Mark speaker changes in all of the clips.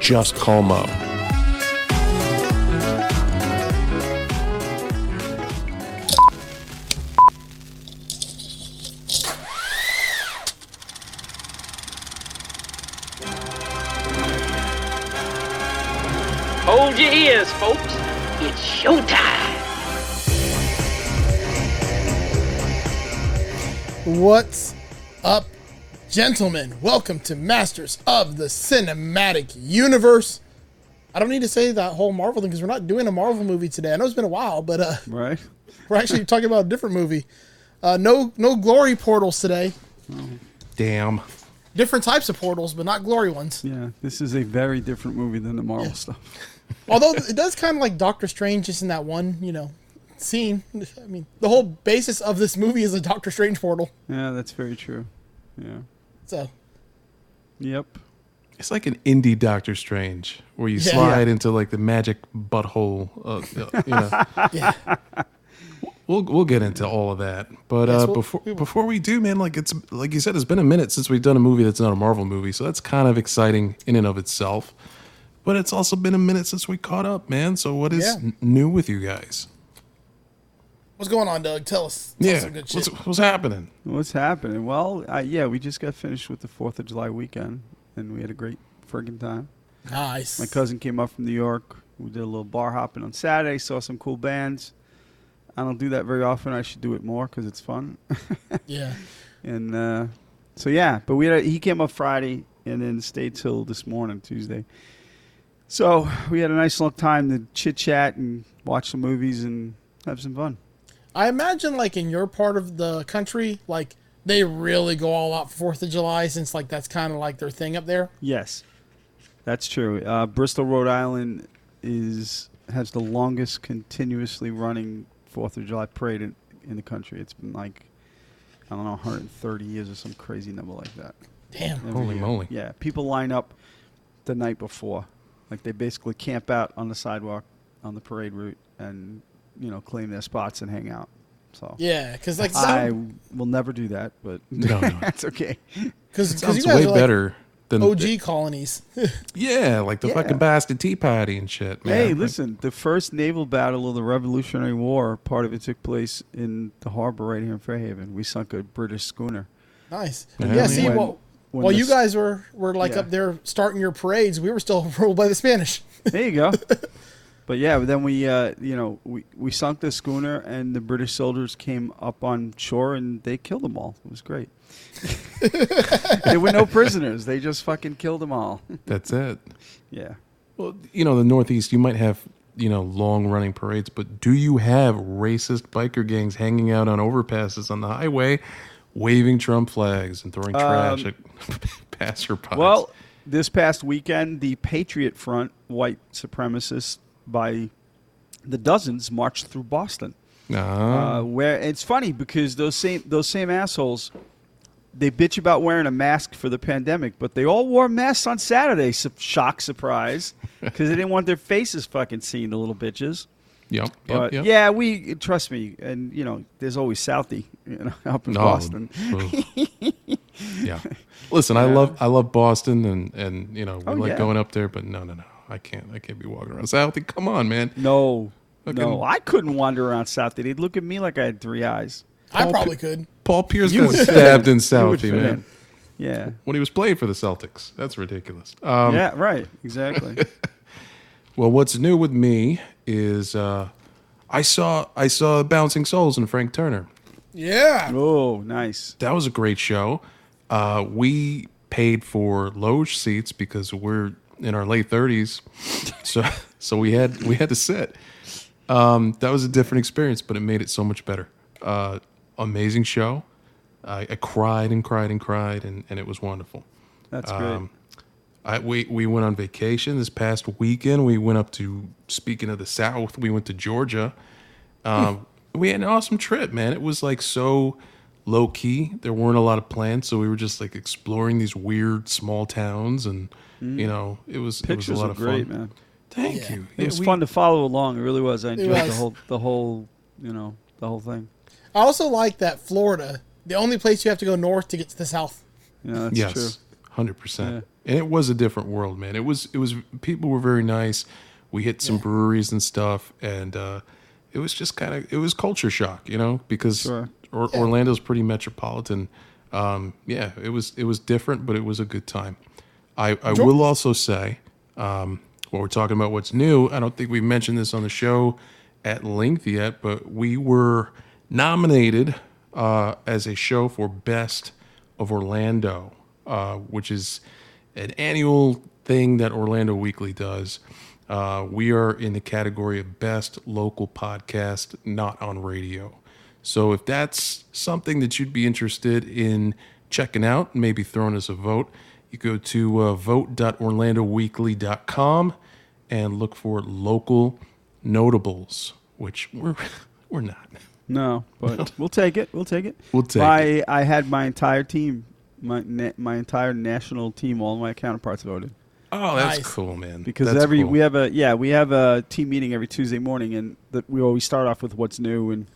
Speaker 1: just call Mo.
Speaker 2: Hold your ears, folks. It's showtime.
Speaker 3: What's up, gentlemen? Welcome to Masters of the Cinematic Universe. I don't need to say that whole Marvel thing because we're not doing a Marvel movie today. I know it's been a while, but uh,
Speaker 4: Right?
Speaker 3: we're actually talking about a different movie. Uh, no, no glory portals today.
Speaker 1: Damn.
Speaker 3: Different types of portals, but not glory ones.
Speaker 4: Yeah. This is a very different movie than the Marvel stuff.
Speaker 3: Although it does kind of like Doctor Strange, just in that one, you know, scene. I mean, the whole basis of this movie is a Doctor Strange portal.
Speaker 4: Yeah, that's very true. Yeah.
Speaker 3: So
Speaker 4: Yep.
Speaker 1: It's like an indie Doctor Strange where you
Speaker 3: Yeah.
Speaker 1: slide into like the magic butthole. Uh, uh, you know.
Speaker 3: yeah,
Speaker 1: We'll we'll get into all of that, but uh,
Speaker 3: we'll-
Speaker 1: before
Speaker 3: we will.
Speaker 1: before we do, man, like it's like you said, it's been a minute since we've done a movie that's not a Marvel movie, so that's kind of exciting in and of itself. But it's also been a minute since we caught up, man. So what is
Speaker 3: Yeah.
Speaker 1: n- new with you guys?
Speaker 3: what's going on, Doug? Tell us. Tell us
Speaker 1: yeah,
Speaker 3: some good shit.
Speaker 1: what's, what's happening?
Speaker 4: What's happening? Well, uh, yeah, we just got finished with the 4th of July weekend, and we had a great friggin' time.
Speaker 3: Nice.
Speaker 4: My cousin came up from New York. We did a little bar hopping on Saturday, saw some cool bands. I don't do that very often. I should do it more because it's fun.
Speaker 3: Yeah.
Speaker 4: and uh, so yeah, but we had a, he came up Friday and then stayed till this morning Tuesday. So we had a nice long time to chit chat and watch some movies and have some fun.
Speaker 3: I imagine like in your part of the country, like they really go all out for Fourth of July since like that's kind of like their thing up there.
Speaker 4: Yes, that's true. Uh, Bristol, Rhode Island is has the longest continuously running Fourth of July parade in, in the country. It's been like I don't know 130 years or some crazy number like that.
Speaker 3: Damn.
Speaker 4: every
Speaker 1: Holy
Speaker 4: year.
Speaker 1: moly.
Speaker 4: Yeah, people line up the night before. Like they basically camp out on the sidewalk on the parade route and you know claim their spots and hang out. So
Speaker 3: Yeah, because like
Speaker 4: I
Speaker 3: because
Speaker 4: will never do that, but
Speaker 1: No, no.
Speaker 4: that's okay.
Speaker 3: because you
Speaker 1: Sounds
Speaker 3: guys
Speaker 1: way
Speaker 3: are like
Speaker 1: better than
Speaker 3: OG colonies.
Speaker 1: Yeah, like the
Speaker 4: Yeah.
Speaker 1: fucking bastard Tea Party and shit. Man.
Speaker 4: Hey,
Speaker 1: Like,
Speaker 4: listen, the first naval battle of the Revolutionary War, part of it took place in the harbor right here in Fairhaven. We sunk a British schooner.
Speaker 3: nice.
Speaker 1: Yeah.
Speaker 3: Yeah.
Speaker 1: When-
Speaker 3: see, while,
Speaker 4: when
Speaker 3: while
Speaker 4: the
Speaker 3: you
Speaker 4: s-
Speaker 3: guys were were like
Speaker 4: Yeah.
Speaker 3: up there starting your parades, we were still ruled by the Spanish.
Speaker 4: There you go. but yeah, but then we, uh, you know, we, we sunk the schooner, and the British soldiers came up on shore and they killed them all. It was great. there were no prisoners. They just fucking killed them all.
Speaker 1: that's it.
Speaker 4: yeah.
Speaker 1: Well, you know, the Northeast, you might have, you know, long running parades, but do you have racist biker gangs hanging out on overpasses on the highway, waving Trump flags and throwing trash
Speaker 4: Um,
Speaker 1: at passersby?
Speaker 4: Well, this past weekend, the Patriot Front, white supremacists by the dozens, marched through Boston.
Speaker 1: Ah,
Speaker 4: uh, where it's funny because those same those same assholes they bitch about wearing a mask for the pandemic, but they all wore masks on Saturday. Su- shock, surprise, because they didn't want their faces fucking seen, the little bitches.
Speaker 1: yep, yep,
Speaker 4: But
Speaker 1: yep.
Speaker 4: yeah, we trust me, and you know, there's always Southie you know, up in
Speaker 1: No,
Speaker 4: Boston.
Speaker 1: well, yeah. Listen, I love I love Boston and and you know we
Speaker 4: Oh,
Speaker 1: like
Speaker 4: yeah.
Speaker 1: going up there, but no no no, I can't I can't be walking around Southie. Come on, man.
Speaker 4: No,
Speaker 1: Fucking-
Speaker 4: no, I couldn't wander around Southie. They'd look at me like I had three eyes.
Speaker 3: I probably could.
Speaker 1: Paul Pierce
Speaker 4: You
Speaker 1: got
Speaker 4: would fit
Speaker 1: stabbed in
Speaker 4: You would
Speaker 1: Southie,
Speaker 4: fit
Speaker 1: man.
Speaker 4: in. Yeah,
Speaker 1: When he was playing for the Celtics, that's ridiculous. Um,
Speaker 4: yeah, right, exactly.
Speaker 1: Well, what's new with me is uh, I saw I saw Bouncing Souls and Frank Turner.
Speaker 3: Yeah.
Speaker 4: oh, nice.
Speaker 1: That was a great show. Uh, we paid for loge seats because we're in our late thirties, so so we had we had to sit. Um, that was a different experience, but it made it so much better. Uh, amazing show. I, I cried and cried and cried, and, and it was wonderful.
Speaker 4: That's great.
Speaker 1: Um, I, we we went on vacation this past weekend. We went up to speaking of the South, we went to Georgia. Um,
Speaker 4: Hmm.
Speaker 1: We had an awesome trip, man. It was like so low key. There weren't a lot of plans, so we were just like exploring these weird small towns, and you know, it was it
Speaker 4: Hmm. Pictures
Speaker 1: was a lot
Speaker 4: are
Speaker 1: of
Speaker 4: great,
Speaker 1: fun.
Speaker 4: man.
Speaker 1: Thank
Speaker 3: Yeah.
Speaker 1: you.
Speaker 4: It
Speaker 1: Yeah,
Speaker 4: was
Speaker 1: we-
Speaker 4: fun to follow along. It really was. I enjoyed the
Speaker 3: was.
Speaker 4: whole, the whole, you know, the whole thing.
Speaker 3: I also like that Florida, the only place you have to go north to get to the south.
Speaker 4: You know, that's true.
Speaker 1: Yes, hundred percent. And it was a different world, man. It was it was people were very nice. We hit some breweries and stuff, and uh, it was just kind of it was culture shock, you know, because
Speaker 4: Sure.
Speaker 1: or, Orlando's pretty metropolitan. Um, yeah, it was it was different, but it was a good time. I, I will also say, um, while we're talking about what's new, I don't think we've mentioned this on the show at length yet, but we were nominated uh, as a show for Best of Orlando, uh, which is an annual thing that Orlando Weekly does. Uh, we are in the category of Best Local Podcast Not on Radio. So if that's something that you'd be interested in checking out, maybe throwing us a vote, you go to uh, vote.orlandoweekly.com and look for local notables, which we're we're not.
Speaker 4: No, but we'll take it. We'll take it.
Speaker 1: We'll take
Speaker 4: my, I had my entire team, my na- my entire national team, all my counterparts voted
Speaker 1: Oh, that's
Speaker 3: Nice.
Speaker 1: cool, man.
Speaker 4: because
Speaker 1: That's
Speaker 4: every
Speaker 1: cool.
Speaker 4: we have a yeah we have a team meeting every Tuesday morning, and that we always start off with what's new and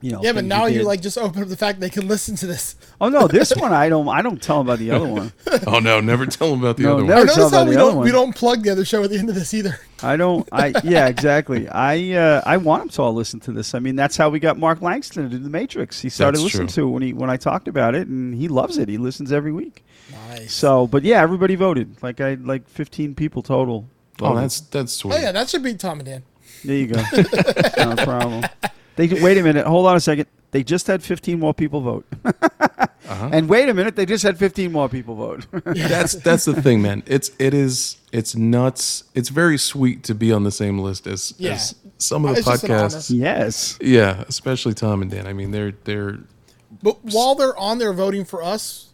Speaker 4: you know.
Speaker 3: Yeah, but
Speaker 4: things we
Speaker 3: now you
Speaker 4: did.
Speaker 3: like just open up the fact they can listen to this.
Speaker 4: Oh no, this one I don't. I don't tell them about the other one.
Speaker 1: oh no, never tell them about the
Speaker 4: No,
Speaker 1: other one.
Speaker 4: never-
Speaker 3: Or
Speaker 4: Or tell
Speaker 3: notice how
Speaker 4: about
Speaker 3: we
Speaker 4: the other
Speaker 3: don't we
Speaker 4: one.
Speaker 3: don't plug the other show at the end of this either.
Speaker 4: I don't. I yeah, exactly. I uh, I want them to all listen to this. I mean, that's how we got Mark Langston to do the Matrix. He started
Speaker 1: That's
Speaker 4: listening
Speaker 1: true.
Speaker 4: to it when he when I talked about it, and he loves it. He listens every week.
Speaker 3: Nice.
Speaker 4: So, but yeah, everybody voted. Like I like fifteen people total.
Speaker 1: Oh,
Speaker 4: voted.
Speaker 1: that's that's sweet.
Speaker 3: Oh yeah, that should be Tom and Dan.
Speaker 4: there you go. no problem. They wait a minute. Hold on a second. They just had fifteen more people vote.
Speaker 1: Uh-huh.
Speaker 4: And wait a minute, they just had fifteen more people vote.
Speaker 1: that's that's the thing, man. It's it is it's nuts. It's very sweet to be on the same list as,
Speaker 3: Yeah.
Speaker 1: as some of the
Speaker 3: It's just an honor.
Speaker 1: podcasts.
Speaker 4: yes.
Speaker 1: Yeah, especially Tom and Dan. I mean, they're they're
Speaker 3: But while they're on there voting for us,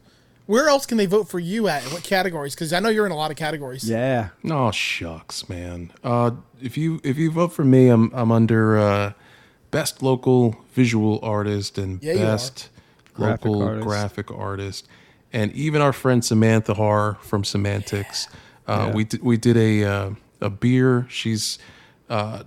Speaker 3: where else can they vote for you at? What categories? Because I know you're in a lot of categories.
Speaker 4: Yeah.
Speaker 1: Oh shucks, man. Uh, if you if you vote for me, I'm I'm under uh, best local visual artist and
Speaker 3: Yeah, you are.
Speaker 1: best
Speaker 4: Graphic
Speaker 1: local
Speaker 4: artist.
Speaker 1: graphic artist, and even our friend Samantha Har from Semantics. Uh,
Speaker 4: Yeah.
Speaker 1: We did we did a uh, a beer. She's uh,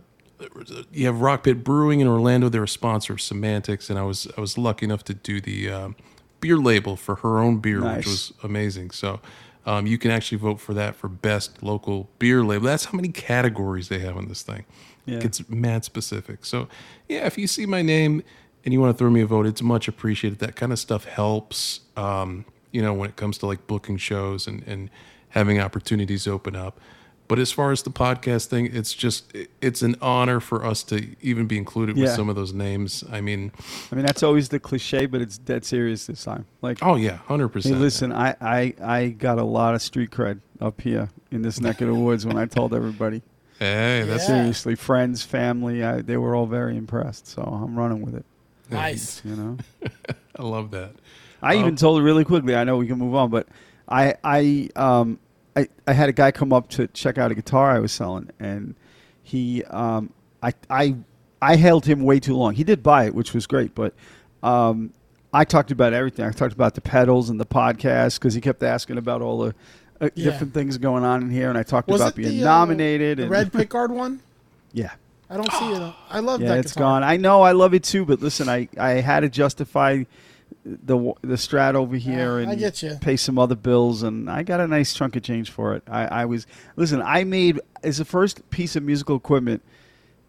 Speaker 1: you have Rock Pit Brewing in Orlando. They're a sponsor of Semantics, and I was I was lucky enough to do the um, beer label for her own beer, which
Speaker 4: Nice.
Speaker 1: was amazing. So um, you can actually vote for that for best local beer label. That's how many categories they have on this thing.
Speaker 4: Yeah.
Speaker 1: It's mad specific. So yeah, if you see my name and you want to throw me a vote, it's much appreciated. That kind of stuff helps. Um, you know, when it comes to like booking shows and and having opportunities open up. But as far as the podcast thing, it's just it- it's an honor for us to even be included with
Speaker 4: Yeah.
Speaker 1: some of those names. I mean,
Speaker 4: I mean, that's always the cliche, but it's dead serious this time. Like,
Speaker 1: oh yeah, hundred
Speaker 4: Hey,
Speaker 1: percent.
Speaker 4: listen, I, I, I got a lot of street cred up here in this neck of the woods when I told everybody.
Speaker 1: hey, that's
Speaker 3: Yeah.
Speaker 4: Seriously, friends, family, I, they were all very impressed. So I'm running with it,
Speaker 3: Nice.
Speaker 4: you know?
Speaker 1: I love that.
Speaker 4: I
Speaker 3: Oh.
Speaker 4: even told her really quickly. I know we can move on, but I I um I, I had a guy come up to check out a guitar I was selling, and he um I I I held him way too long. He did buy it, which was great, but um I talked about everything. I talked about the pedals and the podcast because he kept asking about all the. Uh,
Speaker 3: Yeah.
Speaker 4: Different things going on in here, and I talked
Speaker 3: Was
Speaker 4: about
Speaker 3: it
Speaker 4: being
Speaker 3: the, uh,
Speaker 4: nominated.
Speaker 3: The
Speaker 4: and
Speaker 3: red pickguard one.
Speaker 4: yeah,
Speaker 3: I don't see it. I love
Speaker 4: yeah,
Speaker 3: that.
Speaker 4: it's
Speaker 3: guitar.
Speaker 4: gone. I know, I love it too. But listen, I, I had to justify the w- the strat over here
Speaker 3: I
Speaker 4: and
Speaker 3: get ya.
Speaker 4: pay some other bills, and I got a nice chunk of change for it. I, I was listen. I made it's the first piece of musical equipment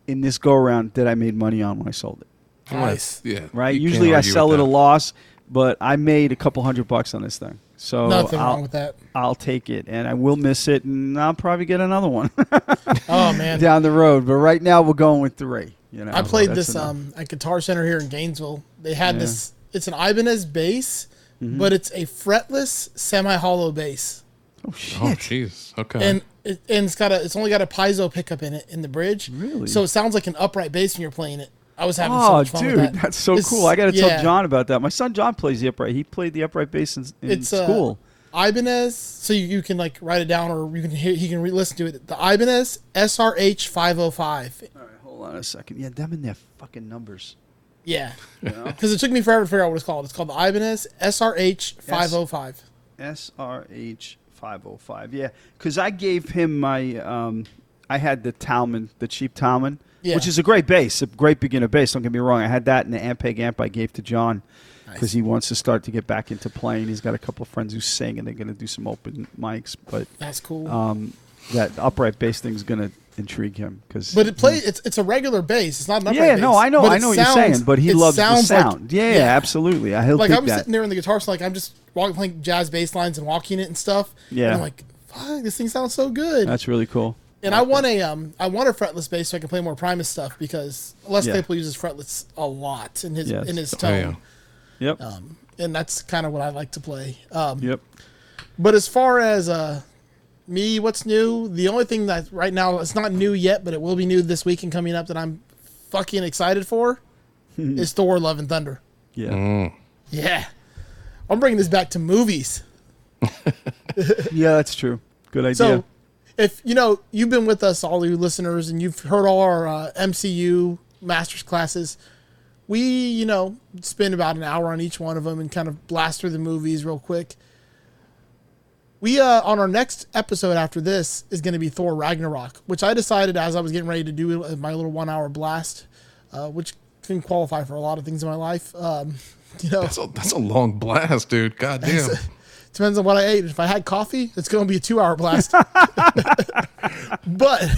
Speaker 4: in this go around that I made money on when I sold it.
Speaker 3: Nice.
Speaker 1: Yeah.
Speaker 4: Right?
Speaker 1: you can't
Speaker 4: Usually I
Speaker 1: argue with
Speaker 4: sell it
Speaker 1: that.
Speaker 4: a loss, but I made a couple hundred bucks on this thing. So
Speaker 3: Nothing
Speaker 4: Oh, I'll,
Speaker 3: wrong with that.
Speaker 4: I'll take it, and I will miss it, and I'll probably get another one
Speaker 3: Oh man.
Speaker 4: down the road. But right now, we're going with three. You know,
Speaker 3: I played
Speaker 4: Oh, That's
Speaker 3: this
Speaker 4: enough.
Speaker 3: um at Guitar Center here in Gainesville. They had
Speaker 4: Yeah. Mm-hmm.
Speaker 3: this. It's an Ibanez bass, but it's a fretless semi-hollow bass,
Speaker 4: Oh shit!
Speaker 1: Oh jeez.
Speaker 4: Uh-huh.
Speaker 1: Okay.
Speaker 3: and it, and it's got a. It's only got a piezo pickup in it in the bridge.
Speaker 4: Really?
Speaker 3: So it sounds like an upright bass when you're playing it. I was having so
Speaker 4: Oh,
Speaker 3: much fun
Speaker 4: dude,
Speaker 3: with that.
Speaker 4: that's so
Speaker 3: It's-
Speaker 4: cool! I got to
Speaker 3: yeah.
Speaker 4: tell John about that. My son John plays the upright. He played the upright bass in, in
Speaker 3: It's, uh,
Speaker 4: school.
Speaker 3: Ibanez, so you, you can like write it down or you can hear, he can re listen to it. The Ibanez SRH 505.
Speaker 4: All right, hold on a second. Yeah, them and their fucking numbers.
Speaker 3: Yeah. Because it took me forever to figure out what it's called. It's called the Ibanez SRH 505.
Speaker 4: SRH 505. Yeah, because I gave him my. Um, I had the Talman, the cheap Talman,
Speaker 3: Yeah.
Speaker 4: which is a great bass, a great beginner bass. Don't get me wrong. I had that in the Ampeg amp I gave to John because he wants to start to get back into playing. He's got a couple of friends who sing and they're going to do some open mics, but
Speaker 3: That's cool.
Speaker 4: um, that upright bass thing's going to intrigue him because.
Speaker 3: but it plays. It's it's a regular bass. It's not an upright
Speaker 4: yeah, no,
Speaker 3: bass,
Speaker 4: I know,
Speaker 3: but
Speaker 4: I
Speaker 3: it
Speaker 4: know what you're
Speaker 3: sounds-
Speaker 4: saying, but he
Speaker 3: it
Speaker 4: loves the
Speaker 3: sounds like-
Speaker 4: sound. yeah, absolutely. I he'll
Speaker 3: Like
Speaker 4: take
Speaker 3: I'm
Speaker 4: that.
Speaker 3: sitting there in the guitar, so like I'm just walking, playing jazz bass lines and walking it and stuff.
Speaker 4: Yeah.
Speaker 3: and I'm like, fuck, this thing sounds so good.
Speaker 4: That's really cool.
Speaker 3: and I want a um, I want a fretless bass so I can play more Primus stuff because Les
Speaker 4: Yeah.
Speaker 3: Claypool uses fretless a lot in his
Speaker 4: Yes.
Speaker 3: in his
Speaker 4: Oh,
Speaker 3: tone,
Speaker 4: Yep.
Speaker 3: um, and that's kind of what I like to play. Um,
Speaker 4: yep.
Speaker 3: But as far as uh, me, what's new? The only thing that right now it's not new yet, but it will be new this week and coming up that I'm fucking excited for is Thor: Love and Thunder.
Speaker 4: Yeah.
Speaker 3: Yeah, I'm bringing this back to movies.
Speaker 4: Yeah, that's true. Good idea.
Speaker 3: So, if you know you've been with us, all you listeners, and you've heard all our uh, MCU masters classes, we you know spend about an hour on each one of them and kind of blast through the movies real quick. We uh, on our next episode after this is going to be Thor Ragnarok, which I decided as I was getting ready to do it, my little one-hour blast, uh, which can qualify for a lot of things in my life. Um, you know,
Speaker 5: That's a, that's a long blast, dude. God damn.
Speaker 3: Depends on what I ate. If I had coffee, it's going to be a two hour blast. but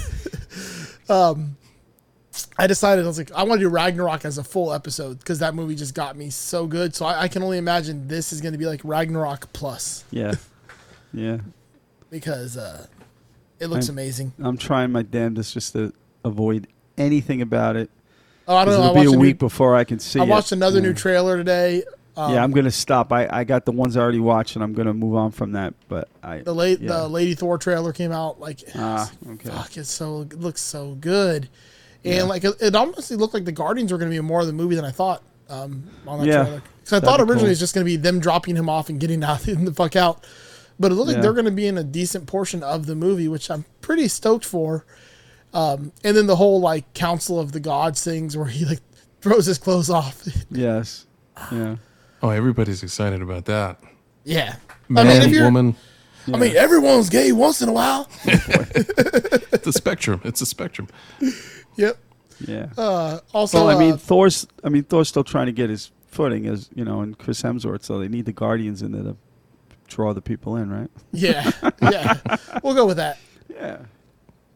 Speaker 3: um, I decided, I was like, I want to do Ragnarok as a full episode because that movie just got me so good. So I, I can only imagine this is going to be like Ragnarok Plus
Speaker 4: yeah. Yeah.
Speaker 3: because uh, it looks
Speaker 4: I'm-
Speaker 3: amazing.
Speaker 4: I'm trying my damnedest just to avoid anything about it.
Speaker 3: Oh, I
Speaker 4: 'cause
Speaker 3: don't know. I
Speaker 4: It'll be
Speaker 3: watched,
Speaker 4: a
Speaker 3: a
Speaker 4: week
Speaker 3: new,
Speaker 4: before I can see
Speaker 3: I watched
Speaker 4: it.
Speaker 3: another new trailer today. Um,
Speaker 4: yeah, I'm gonna stop. I, I got the ones I already watched, and I'm gonna move on from that. But I
Speaker 3: the late
Speaker 4: yeah.
Speaker 3: the Lady Thor trailer came out like
Speaker 4: Ah, okay.
Speaker 3: fuck it's so it looks so good and like it, it almost looked like the Guardians were going to be more of the movie than I thought um, on that
Speaker 4: Yeah.
Speaker 3: trailer because I
Speaker 4: That'd
Speaker 3: thought
Speaker 4: be
Speaker 3: originally
Speaker 4: cool.
Speaker 3: it was just going to be them dropping him off and getting out and the fuck out but it looked like
Speaker 4: Yeah.
Speaker 3: they're going to be in a decent portion of the movie which I'm pretty stoked for um, and then the whole like Council of the Gods things where he like throws his clothes off
Speaker 4: Yes. Yeah.
Speaker 5: Oh, everybody's excited about that.
Speaker 3: yeah
Speaker 5: Man,
Speaker 3: I mean if you're
Speaker 5: woman,
Speaker 3: I mean everyone's gay once in a while
Speaker 5: it's a spectrum. It's a spectrum.
Speaker 3: yep
Speaker 4: Yeah.
Speaker 3: uh, also
Speaker 4: well, I mean,
Speaker 3: uh,
Speaker 4: Thor's. I mean, Thor's still trying to get his footing, as you know, and Chris Hemsworth. So they need the Guardians in there to draw the people in, right?
Speaker 3: Yeah, yeah. we'll go with that.
Speaker 4: Yeah.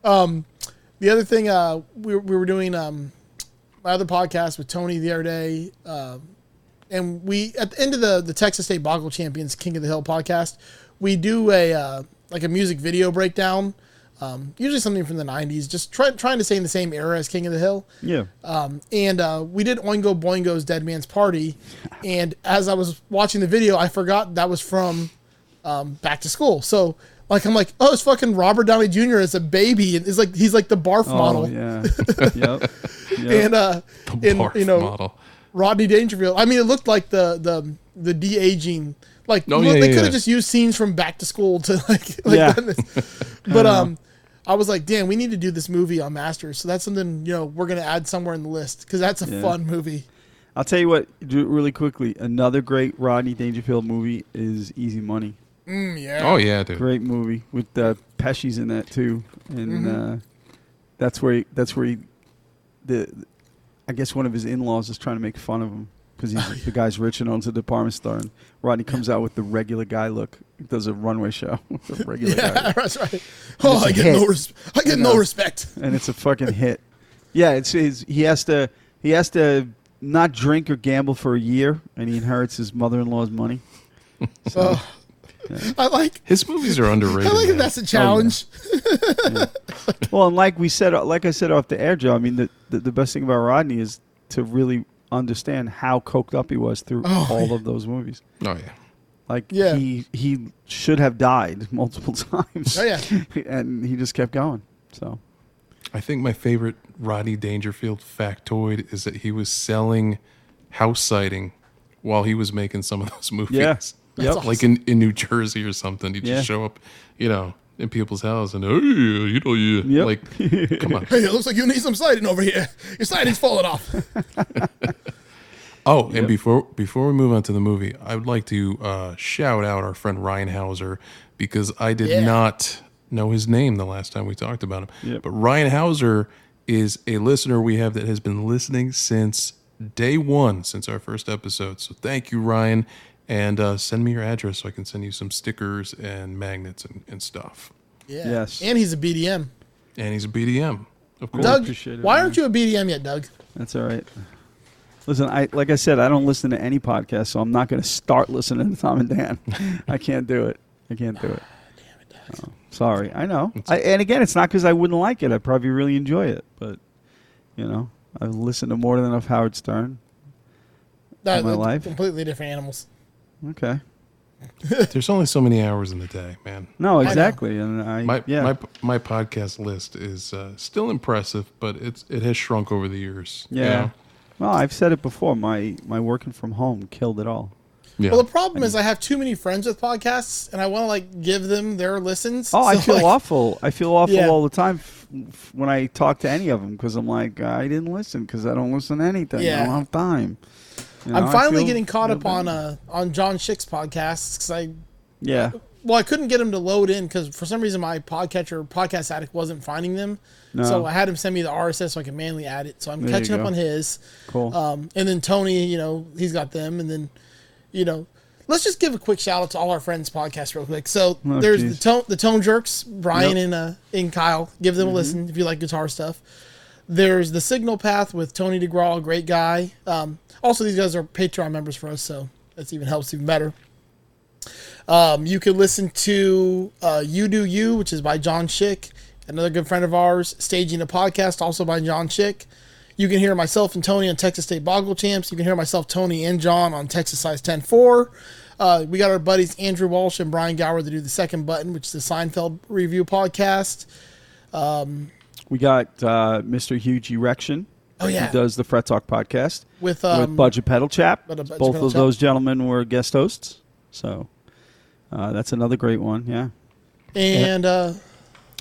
Speaker 3: The other thing, uh, we, we were doing um, my other podcast with Tony the other day, um, and we at the end of the the Texas State Boggle Champions King of the Hill podcast, we do a uh, like a music video breakdown. Um, usually something from the '90s, just try, trying to stay in the same era as King of the Hill.
Speaker 4: Yeah.
Speaker 3: Um, and uh, we did Oingo Boingo's Dead Man's Party. And as I was watching the video, I forgot that was from um, Back to School. So like I'm like, oh, it's fucking Robert Downey Jr. as a baby, and it's like he's like the barf model.
Speaker 4: Oh yeah. yep. Yep.
Speaker 3: And uh,
Speaker 5: The
Speaker 3: and
Speaker 5: barf
Speaker 3: you know
Speaker 5: model.
Speaker 3: Rodney Dangerfield. I mean, it looked like the the the de aging. Like
Speaker 5: Oh,
Speaker 3: look,
Speaker 5: yeah,
Speaker 3: they
Speaker 5: yeah,
Speaker 3: could have
Speaker 5: yeah.
Speaker 3: just used scenes from Back to School to like, like
Speaker 4: Yeah.
Speaker 3: done this. But um, I was like, damn, we need to do this movie on Masters. So that's something you know we're gonna add somewhere in the list because that's a
Speaker 4: Yeah.
Speaker 3: fun movie.
Speaker 4: I'll tell you what, do it really quickly. Another great Rodney Dangerfield movie is Easy Money.
Speaker 3: Mm, yeah.
Speaker 5: Oh, yeah, dude.
Speaker 4: Great movie with uh, Pesci's in that too, and uh, that's where he, that's where he, the, I guess one of his in-laws is trying to make fun of him because he's the guy's rich and owns a department store, and Rodney comes out with the regular guy look, does a runway show, with a regular guy,
Speaker 3: Yeah, that's right. Oh, I get no res- I get no respect.
Speaker 4: and it's a fucking hit. Yeah, it's, it's he has to he has to not drink or gamble for a year, and he inherits his mother-in-law's money.
Speaker 3: Uh, I like
Speaker 5: His movies are underrated.
Speaker 3: I like that
Speaker 5: man.
Speaker 3: that's
Speaker 4: Oh,
Speaker 3: a challenge.
Speaker 4: Well, and like we said, uh, like I said off the air, Joe. I mean, the, the the best thing about Rodney is to really understand how coked up he was through
Speaker 3: Oh,
Speaker 4: all
Speaker 3: yeah.
Speaker 4: of those movies.
Speaker 5: Oh, yeah.
Speaker 4: Like
Speaker 3: Yeah.
Speaker 4: he he should have died multiple times.
Speaker 3: Oh, yeah.
Speaker 4: and he just kept going. So
Speaker 5: I think my favorite Rodney Dangerfield factoid is that he was selling house sighting while he was making some of those movies.
Speaker 4: yeah,
Speaker 3: That's
Speaker 4: Yep.
Speaker 1: like in, in New Jersey or something. You just
Speaker 4: Yeah.
Speaker 1: show up, you know, in people's house and hey, you know, you
Speaker 4: Yep.
Speaker 1: like, come on.
Speaker 3: Hey, it looks like you need some sliding over here. Your sliding's falling off.
Speaker 1: Oh, and before before we move on to the movie, I would like to uh, shout out our friend Ryan Hauser because I did
Speaker 3: Yeah.
Speaker 1: not know his name the last time we talked about him.
Speaker 4: Yep.
Speaker 1: But Ryan Hauser is a listener we have that has been listening since day one, since our first episode. So thank you, Ryan, and uh, send me your address so I can send you some stickers and magnets and, and stuff.
Speaker 3: Yeah.
Speaker 4: Yes.
Speaker 3: And he's a BDM.
Speaker 1: And he's a BDM, of course.
Speaker 3: Doug,
Speaker 4: appreciate it,
Speaker 3: why
Speaker 4: man.
Speaker 3: aren't you a BDM yet, Doug?
Speaker 4: That's all right. Listen, I like I said, I don't listen to any podcast, so I'm not going to start listening to Tom and Dan. I can't do it. I can't do it. Oh, sorry, I know. I, and again, it's not because I wouldn't like it. I probably really enjoy it, but you know, I've listened to more than enough Howard Stern.
Speaker 3: That,
Speaker 4: my
Speaker 3: that's
Speaker 4: life?
Speaker 3: Completely different animals.
Speaker 4: Okay.
Speaker 1: There's only so many hours in the day, man.
Speaker 4: No, exactly. and I
Speaker 1: my
Speaker 4: yeah.
Speaker 1: my my podcast list is uh, still impressive, but it's it has shrunk over the years. you
Speaker 4: yeah.
Speaker 1: know?
Speaker 4: Well, I've said it before. My my working from home killed it all.
Speaker 1: yeah.
Speaker 3: Well, the problem is I have too many friends with podcasts, and I want to like give them their listens.
Speaker 4: Oh, I
Speaker 3: So,
Speaker 4: feel
Speaker 3: like,
Speaker 4: awful. I feel awful
Speaker 3: Yeah.
Speaker 4: all the time f- f- when I talk to any of them because I'm like, I didn't listen because I don't listen to anything. I
Speaker 3: Yeah.
Speaker 4: don't have time. You know,
Speaker 3: I'm
Speaker 4: I
Speaker 3: finally
Speaker 4: feel-
Speaker 3: getting caught
Speaker 4: feel
Speaker 3: up on
Speaker 4: bad.
Speaker 3: uh, on John Schick's podcast because I
Speaker 4: Yeah.
Speaker 3: well I couldn't get him to load in because for some reason my podcatcher podcast addict wasn't finding them. So
Speaker 4: No.
Speaker 3: I had him send me the RSS so I can manually add it. So I'm
Speaker 4: There you
Speaker 3: catching up
Speaker 4: go.
Speaker 3: on his.
Speaker 4: Cool.
Speaker 3: Um, and then Tony, you know, he's got them. And then, you know, let's just give a quick shout out to all our friends' podcast real quick. So
Speaker 4: Oh,
Speaker 3: there's
Speaker 4: geez.
Speaker 3: the tone, the tone jerks, Brian
Speaker 4: Yep. Mm-hmm.
Speaker 3: and uh, and Kyle. Give them a listen if you like guitar stuff. There's the Signal Path with Tony DeGraw, great guy. Um, also, these guys are Patreon members for us, so that's even helps even better. Um, you can listen to uh, You Do You, which is by John Schick, another good friend of ours, staging a podcast, also by John Schick. You can hear myself and Tony on Texas State Boggle Champs. You can hear myself, Tony, and John on Texas Size 10 4. Uh, we got our buddies Andrew Walsh and Brian Gower to do the second button, which is the Seinfeld review podcast. um,
Speaker 4: we got uh, Mr. Huge Erection.
Speaker 3: Oh, yeah.
Speaker 4: Who does the Fret Talk podcast
Speaker 3: With, um,
Speaker 4: with Budget Pedal Chap.
Speaker 3: Budget Pedal
Speaker 4: Both of
Speaker 3: Chap.
Speaker 4: those gentlemen were guest hosts. So uh, that's another great one. Yeah.
Speaker 3: And uh,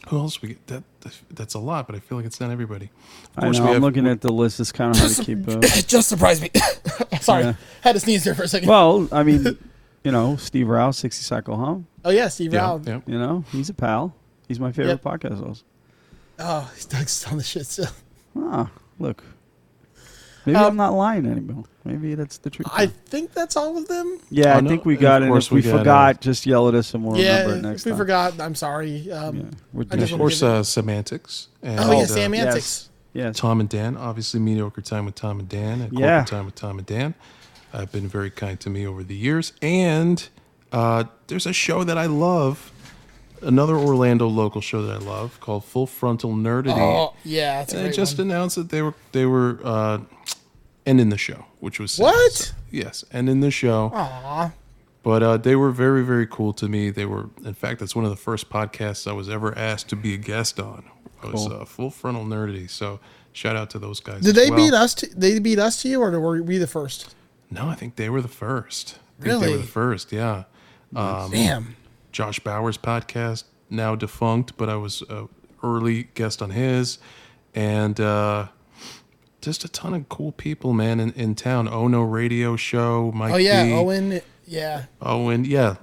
Speaker 1: Who else we get? That that's a lot, but I feel like it's not everybody. Of
Speaker 4: I know.
Speaker 1: we
Speaker 4: I'm
Speaker 1: have-
Speaker 4: looking at the list. It's kind of hard to keep up.
Speaker 3: it just surprised me. Sorry,
Speaker 4: Yeah.
Speaker 3: had to sneeze there for a second.
Speaker 4: Well, I mean, you know, Steve Rao, 60 Cycle Home.
Speaker 3: oh, yeah, Steve
Speaker 1: yeah,
Speaker 3: Rao.
Speaker 1: yeah.
Speaker 4: You know, he's a pal. He's my favorite
Speaker 3: Yep.
Speaker 4: podcast host.
Speaker 3: Oh, Doug's on the shit still.
Speaker 4: Ah, look. Maybe
Speaker 3: Um,
Speaker 4: I'm not lying anymore. Maybe that's the truth.
Speaker 3: I think that's all of them.
Speaker 4: yeah,
Speaker 1: Oh,
Speaker 4: I
Speaker 1: no,
Speaker 4: think we
Speaker 1: of
Speaker 4: got it. and
Speaker 1: course
Speaker 4: If
Speaker 1: we
Speaker 4: we
Speaker 1: got it.
Speaker 4: forgot, just yell at us and we'll
Speaker 3: yeah,
Speaker 4: remember it next
Speaker 3: if we
Speaker 4: time.
Speaker 3: forgot, I'm sorry. Um,
Speaker 4: Yeah, we're
Speaker 3: I just
Speaker 1: Of
Speaker 4: done.
Speaker 1: course, uh, semantics. And,
Speaker 3: Oh, yeah,
Speaker 1: uh,
Speaker 3: Sam
Speaker 4: Yes.
Speaker 3: Antics.
Speaker 4: Yes.
Speaker 1: Tom and Dan, obviously mediocre time with Tom and Dan, and
Speaker 4: Yeah.
Speaker 1: corporate time with Tom and Dan. Have been very kind to me over the years, and uh, there's a show that I love, another Orlando local show that I love called Full Frontal Nerdity.
Speaker 3: Oh, yeah, that's a
Speaker 1: And they
Speaker 3: great
Speaker 1: just
Speaker 3: one.
Speaker 1: announced that they were they were uh, ending the show, which was sad.
Speaker 3: What?
Speaker 1: So, yes, ending the show.
Speaker 3: Aw.
Speaker 1: But uh, they were very very cool to me. They were, in fact, that's one of the first podcasts I was ever asked to be a guest on. It was uh, full frontal nerdity. So shout out to those guys.
Speaker 3: Did
Speaker 1: as
Speaker 3: they
Speaker 1: well.
Speaker 3: beat us? To, they beat us to you, or were we the first?
Speaker 1: No, I think they were the first. I think They were
Speaker 3: Really?
Speaker 1: the first. Yeah. Um,
Speaker 3: Damn.
Speaker 1: Josh Bowers podcast, now defunct, but I was a early guest on his, and uh, just a ton of cool people, man, in, in town. Oh No Radio Show, Mike.
Speaker 3: Oh yeah,
Speaker 1: B,
Speaker 3: Owen. Yeah,
Speaker 1: Owen, yeah,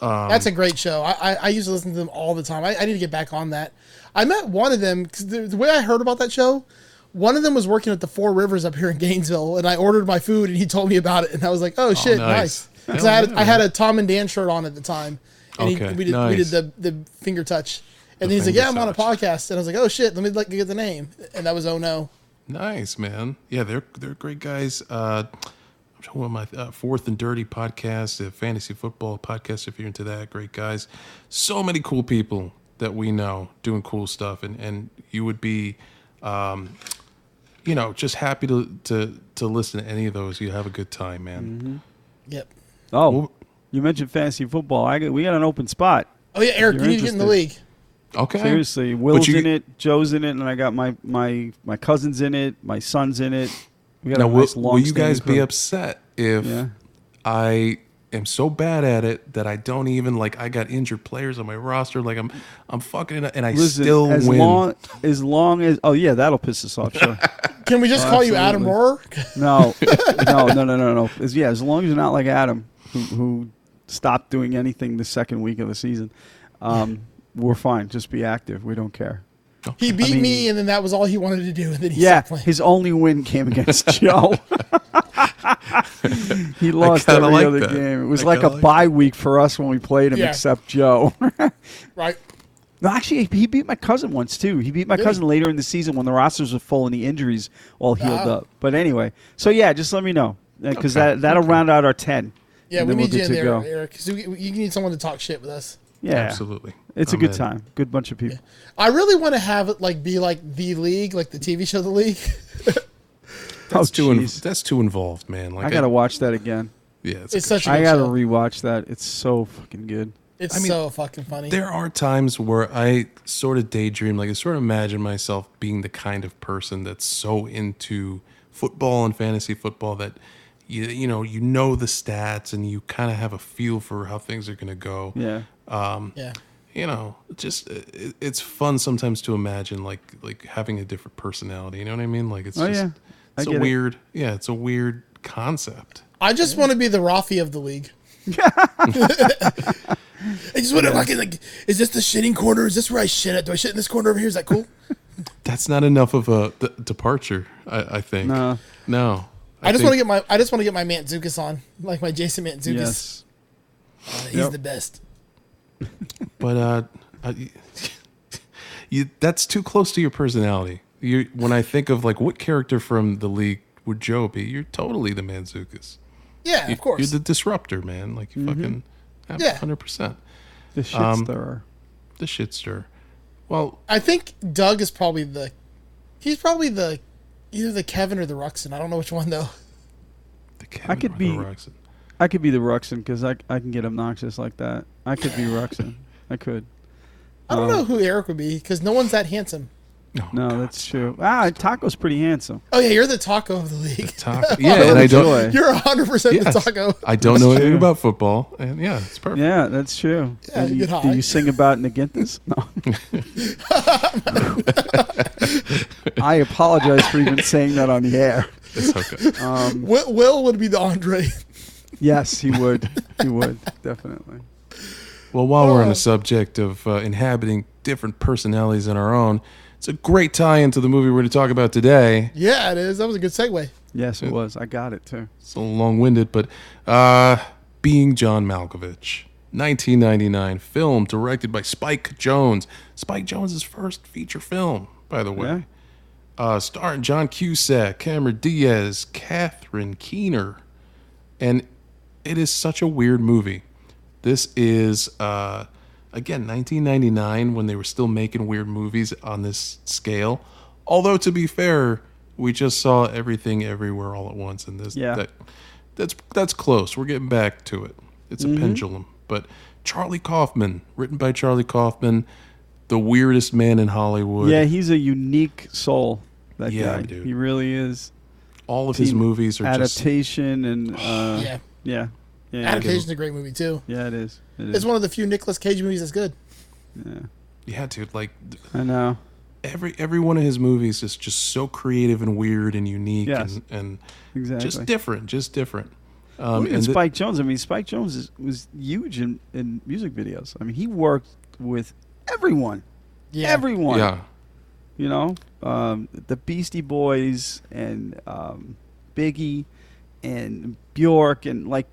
Speaker 1: uh,
Speaker 3: that's a great show. I, I I used to listen to them all the time. I, I need to get back on that. I met one of them because the, the way I heard about that show, one of them was working at the Four Rivers up here in Gainesville, and I ordered my food, and he told me about it, and I was like, oh shit,
Speaker 1: nice.
Speaker 3: nice. Because
Speaker 1: Hell
Speaker 3: I had
Speaker 1: yeah,
Speaker 3: I had
Speaker 1: man.
Speaker 3: a Tom and Dan shirt on at the time, and
Speaker 1: Okay,
Speaker 3: he, we did we
Speaker 1: nice.
Speaker 3: did the the finger touch. And
Speaker 1: The
Speaker 3: he's like, "Yeah, I'm
Speaker 1: finger
Speaker 3: on a
Speaker 1: touch.
Speaker 3: podcast," and I was like, "Oh shit, let me like get the name." And that was "Oh no."
Speaker 1: nice man. Yeah, they're they're great guys. Uh, who am I? Uh, Fourth and Dirty podcast, the fantasy football podcast. If you're into that, great guys. So many cool people that we know doing cool stuff, and and you would be. Um, you know, just happy to, to to listen to any of those. You have a good time, man.
Speaker 4: Mm-hmm.
Speaker 3: Yep.
Speaker 4: Oh, you mentioned fantasy football. I got, we got an open spot.
Speaker 3: Oh yeah, Eric,
Speaker 4: You're
Speaker 3: you need to get in the league.
Speaker 1: Okay.
Speaker 4: Seriously, Will's
Speaker 1: you-
Speaker 4: in it, Joe's in it, and I got my my my cousins in it, my son's in it. We got
Speaker 1: Now,
Speaker 4: a
Speaker 1: will,
Speaker 4: nice
Speaker 1: will you guys
Speaker 4: long-standing
Speaker 1: be
Speaker 4: crew.
Speaker 1: upset if
Speaker 4: Yeah.
Speaker 1: I am so bad at it that I don't even like I got injured players on my roster. Like I'm I'm fucking and I
Speaker 4: Listen,
Speaker 1: still
Speaker 4: as
Speaker 1: win.
Speaker 4: long as long as oh yeah, that'll piss us off. Sure.
Speaker 3: Can we just
Speaker 4: Oh,
Speaker 3: call you Adam Rohrer?
Speaker 4: No, no, no, no, no, no. As, yeah, as long as you're not like Adam, who, who stopped doing anything the second week of the season, um, we're fine. Just be active. We don't care.
Speaker 3: He beat me, and then that was all he wanted to do, and then he
Speaker 4: Yeah,
Speaker 3: stopped playing.
Speaker 4: his only win came against Joe. he lost
Speaker 1: kinda
Speaker 4: every
Speaker 1: like
Speaker 4: other
Speaker 1: that.
Speaker 4: game. It was
Speaker 1: I
Speaker 4: like a
Speaker 1: kinda like
Speaker 4: bye week for us when we played him,
Speaker 3: Yeah.
Speaker 4: except Joe.
Speaker 3: right?
Speaker 4: No, actually, he beat my cousin once too. He beat my
Speaker 3: he?
Speaker 4: cousin later in the season when the rosters were full and the injuries all healed
Speaker 3: Ah.
Speaker 4: up. But anyway, so yeah, just let me know because
Speaker 1: Okay,
Speaker 4: that that'll round out our ten.
Speaker 3: Yeah,
Speaker 4: and
Speaker 3: we
Speaker 4: then
Speaker 3: need
Speaker 4: we're
Speaker 3: you in
Speaker 4: good to
Speaker 3: there,
Speaker 4: go.
Speaker 3: Eric, 'cause you, you need someone to talk shit with us.
Speaker 4: Yeah,
Speaker 1: Absolutely.
Speaker 4: It's a
Speaker 1: I'm
Speaker 4: good
Speaker 1: in.
Speaker 4: time. Good bunch of people.
Speaker 3: I really want to have it like be like the league, like the TV show, the league.
Speaker 1: That's
Speaker 4: Oh,
Speaker 1: too in,
Speaker 4: jeez.
Speaker 1: that's too involved, man. Like
Speaker 4: I gotta watch that again.
Speaker 1: Yeah, it's
Speaker 3: It's
Speaker 1: good.
Speaker 3: such a
Speaker 4: I
Speaker 3: good
Speaker 4: gotta
Speaker 3: show.
Speaker 4: rewatch that. It's so fucking good.
Speaker 3: It's
Speaker 1: I mean,
Speaker 3: so fucking funny.
Speaker 1: There are times where I sort of daydream, like I sort of imagine myself being the kind of person that's so into football and fantasy football that you you know you know the stats and you kind of have a feel for how things are going to go.
Speaker 4: Yeah.
Speaker 3: Yeah.
Speaker 1: You know, just uh, it, it's fun sometimes to imagine like like having a different personality. You know what I mean? Like it's
Speaker 4: Oh,
Speaker 1: just
Speaker 4: yeah. I
Speaker 1: it's a
Speaker 4: get it.
Speaker 1: weird yeah, it's a weird concept.
Speaker 3: I just want to be the Rafi of the league. I just want to fucking like, is this the shitting corner? Is this where I shit at? Do I shit in this corner over here? Is that cool?
Speaker 1: That's not enough of a d- departure, I, I think.
Speaker 4: No.
Speaker 1: no.
Speaker 3: I, just want
Speaker 1: think-
Speaker 3: to get my I just want to get my Mantzoukas on, like my Jason Mantzoukas.
Speaker 4: Yes.
Speaker 3: Uh, he's
Speaker 4: Yep.
Speaker 3: the best.
Speaker 1: But uh, I, you, that's too close to your personality. You, when I think of like what character from the league would Joe be, you're totally the Manzukas.
Speaker 3: Yeah, of course.
Speaker 1: You're the disruptor, man. Like you
Speaker 4: Mm-hmm.
Speaker 1: fucking,
Speaker 3: Yeah.
Speaker 1: hundred percent.
Speaker 4: The shit
Speaker 1: Um,
Speaker 4: stirrer.
Speaker 1: The shit stir. Well,
Speaker 3: I think Doug is probably the he's probably the either the Kevin or the Ruxin. I don't know which one though.
Speaker 1: the Kevin
Speaker 4: could
Speaker 1: or the
Speaker 4: be-
Speaker 1: Roxon.
Speaker 4: I could be the Ruxin because I I can get obnoxious like that. I could be Ruxin. I could.
Speaker 3: I don't
Speaker 4: Oh.
Speaker 3: know who Eric would be because no one's that handsome.
Speaker 4: No, that's true. Ah, Taco's pretty handsome.
Speaker 3: Oh yeah, you're the taco of the league.
Speaker 1: Taco. Yeah, and I don't.
Speaker 4: Joy.
Speaker 3: You're 100%
Speaker 1: Yes.
Speaker 3: the taco.
Speaker 1: I don't know
Speaker 4: That's
Speaker 1: anything
Speaker 4: true.
Speaker 1: about football, and yeah, it's perfect.
Speaker 4: Yeah, that's true.
Speaker 3: Yeah,
Speaker 4: And
Speaker 3: you
Speaker 4: you,
Speaker 3: get
Speaker 4: do
Speaker 3: high.
Speaker 4: you sing about Nagintas? No. I apologize for even saying that on the air.
Speaker 1: It's okay.
Speaker 4: Uh,
Speaker 3: Will, Will would be the Andre.
Speaker 4: Yes, he would. He would definitely.
Speaker 1: Well, while we're on the
Speaker 4: oh.
Speaker 1: subject of uh, inhabiting different personalities than our own, it's a great tie into the movie we're going to talk about today.
Speaker 3: yeah, it is. That was a good segue.
Speaker 4: Yes, it was. I got it too.
Speaker 1: It's a little long winded, but uh, being John Malkovich. 1999 film directed by Spike Jones. Spike Jones' first feature film, by the way.
Speaker 4: Yeah.
Speaker 1: Uh, starring John Cusack, Cameron Diaz, Catherine Keener. And it is such a weird movie. This is, uh, again, 1999 when they were still making weird movies on this scale. Although, to be fair, we just saw everything everywhere all at once. And this,
Speaker 4: Yeah.
Speaker 1: that, that's, that's close. We're getting back to it. It's
Speaker 4: Mm-hmm.
Speaker 1: a pendulum. But Charlie Kaufman, written by Charlie Kaufman, the weirdest man in Hollywood.
Speaker 4: Yeah, he's a unique soul. That
Speaker 1: Yeah,
Speaker 4: guy.
Speaker 1: dude.
Speaker 4: He really is.
Speaker 1: all of his
Speaker 4: Teen
Speaker 1: movies are just
Speaker 4: Adaptation and uh,
Speaker 3: Yeah.
Speaker 4: yeah, yeah, yeah,
Speaker 3: Adaptation's a great movie too.
Speaker 4: yeah. It is. It
Speaker 3: It's
Speaker 4: is.
Speaker 3: one of the few Nicolas Cage movies that's good.
Speaker 1: yeah dude like
Speaker 4: I know.
Speaker 1: every every one of his movies is just so creative and weird and unique
Speaker 4: Yes.
Speaker 1: and, and
Speaker 4: Exactly.
Speaker 1: just different just different um
Speaker 4: and
Speaker 1: and the-
Speaker 4: Spike Jones. I mean, Spike Jones is, was huge in, in music videos. I mean, he worked with everyone,
Speaker 3: Yeah.
Speaker 4: everyone.
Speaker 1: yeah
Speaker 4: You know, um, the Beastie Boys and um, Biggie and Bjork and like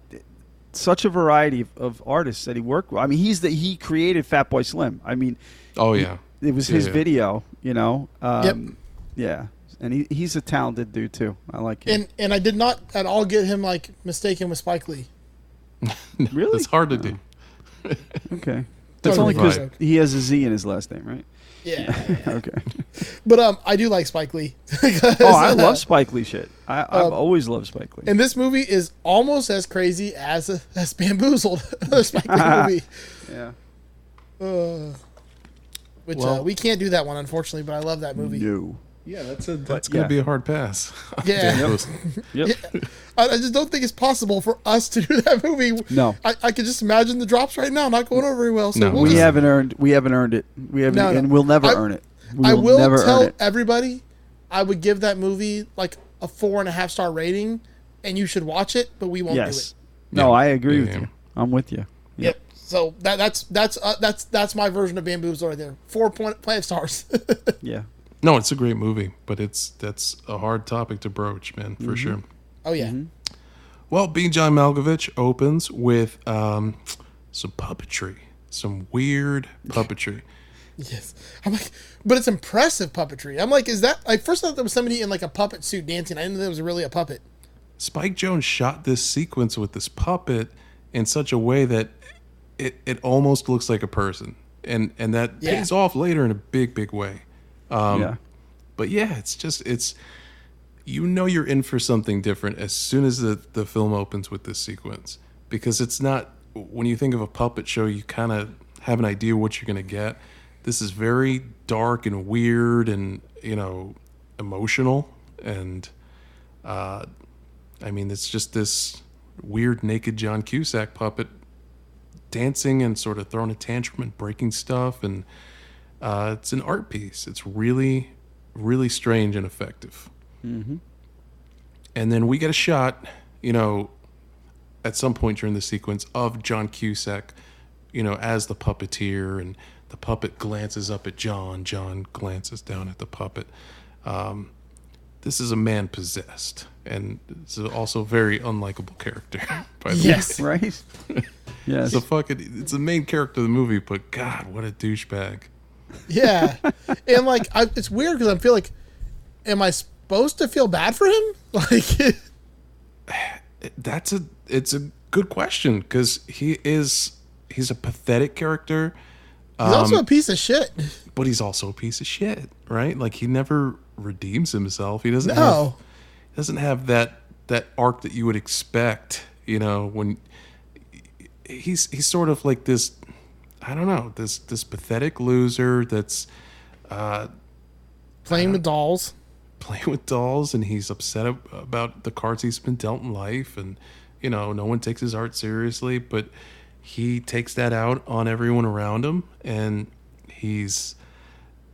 Speaker 4: such a variety of, of artists that he worked with. I mean, he's the he created Fat Boy Slim. I mean,
Speaker 1: oh yeah
Speaker 4: it was
Speaker 1: Yeah,
Speaker 4: his
Speaker 1: yeah.
Speaker 4: video. You know.
Speaker 3: Yep.
Speaker 4: Um, Yeah. And he, he's a talented dude too. I like him.
Speaker 3: And and I did not at all get him like mistaken with Spike Lee.
Speaker 4: really?
Speaker 1: it's hard to do
Speaker 4: Okay.
Speaker 3: That's
Speaker 4: That's only because
Speaker 1: right.
Speaker 4: he has a Z in his last name, right?
Speaker 3: Yeah.
Speaker 4: okay.
Speaker 3: but um I do like Spike Lee.
Speaker 4: Oh, I love Spike Lee shit. I, I've always loved Spike Lee.
Speaker 3: Um, And this movie is almost as crazy as as Bamboozled, another Spike Lee
Speaker 4: yeah.
Speaker 3: movie. Uh, which uh,
Speaker 1: Well-
Speaker 3: we can't do that one, unfortunately, but I love that movie.
Speaker 4: No.
Speaker 1: Yeah, that's a that's
Speaker 5: yeah.
Speaker 1: gonna be a hard pass.
Speaker 3: Yeah.
Speaker 1: Yep.
Speaker 4: Yep.
Speaker 3: I, I just don't think it's possible for us to do that movie.
Speaker 4: No.
Speaker 3: I, I could just imagine the drops right now not going over very well. So
Speaker 1: No,
Speaker 3: we'll
Speaker 4: We
Speaker 3: just,
Speaker 4: haven't earned. We haven't earned it. We haven't,
Speaker 3: No, no.
Speaker 4: and we'll never
Speaker 3: I-
Speaker 4: earn it. We
Speaker 3: I will
Speaker 4: never
Speaker 3: tell
Speaker 4: earn it.
Speaker 3: everybody, I would give that movie like a four and a half star rating, and you should watch it, but we won't
Speaker 4: Yes.
Speaker 3: do
Speaker 4: No, I agree
Speaker 1: Yeah,
Speaker 4: with
Speaker 1: yeah.
Speaker 4: you. I'm with you.
Speaker 3: it. Yep. So that, that's that's uh, that's that's my version of Bamboo Absorbed right there. Four point five stars.
Speaker 4: Yeah.
Speaker 1: No, it's a great movie, but it's that's a hard topic to broach, man, for
Speaker 4: Mm-hmm.
Speaker 1: sure.
Speaker 3: oh yeah.
Speaker 1: Mm-hmm. Well, B. John Malkovich opens with um, some puppetry, some weird puppetry.
Speaker 3: Yes. I'm like, but it's impressive puppetry. I'm like, is that like first I thought there was somebody in like a puppet suit dancing. I didn't know there was really a puppet.
Speaker 1: Spike Jones shot this sequence with this puppet in such a way that it, it almost looks like a person. And and that
Speaker 3: Yeah.
Speaker 1: pays off later in a big, big way.
Speaker 4: yeah.
Speaker 1: But yeah, it's just it's you know you're in for something different as soon as the, the film opens with this sequence. Because it's not when you think of a puppet show, you kinda have an idea what you're gonna get. This is very dark and weird and, you know, emotional and uh, I mean, it's just this weird naked John Cusack puppet dancing and sort of throwing a tantrum and breaking stuff. And uh, it's an art piece. It's really, really strange and effective. Mm-hmm. And then we get a shot, you know, at some point during the sequence of John Cusack, you know, as the puppeteer, and the puppet glances up at John. John glances down at the puppet Um, this is a man possessed, and it's also a very unlikable character. By the way,
Speaker 3: Yes.
Speaker 4: Right. yes.
Speaker 1: it's a fucking it's the main character of the movie, but God, what a douchebag!
Speaker 3: Yeah, and like I, it's weird because I feel like, am I supposed to feel bad for him? Like,
Speaker 1: That's a it's a good question because he is he's a pathetic character,
Speaker 3: He's also a
Speaker 1: Um,
Speaker 3: piece of shit.
Speaker 1: but he's also a piece of shit, right? Like he never redeems himself. He doesn't have
Speaker 3: No.
Speaker 1: doesn't have that that arc that you would expect. You know, when he's he's sort of like this, I don't know, this this pathetic loser that's Uh,
Speaker 3: Playing with dolls.
Speaker 1: playing with dolls, and he's upset ab- about the cards he's been dealt in life, and you know, no one takes his art seriously, but he takes that out on everyone around him, and he's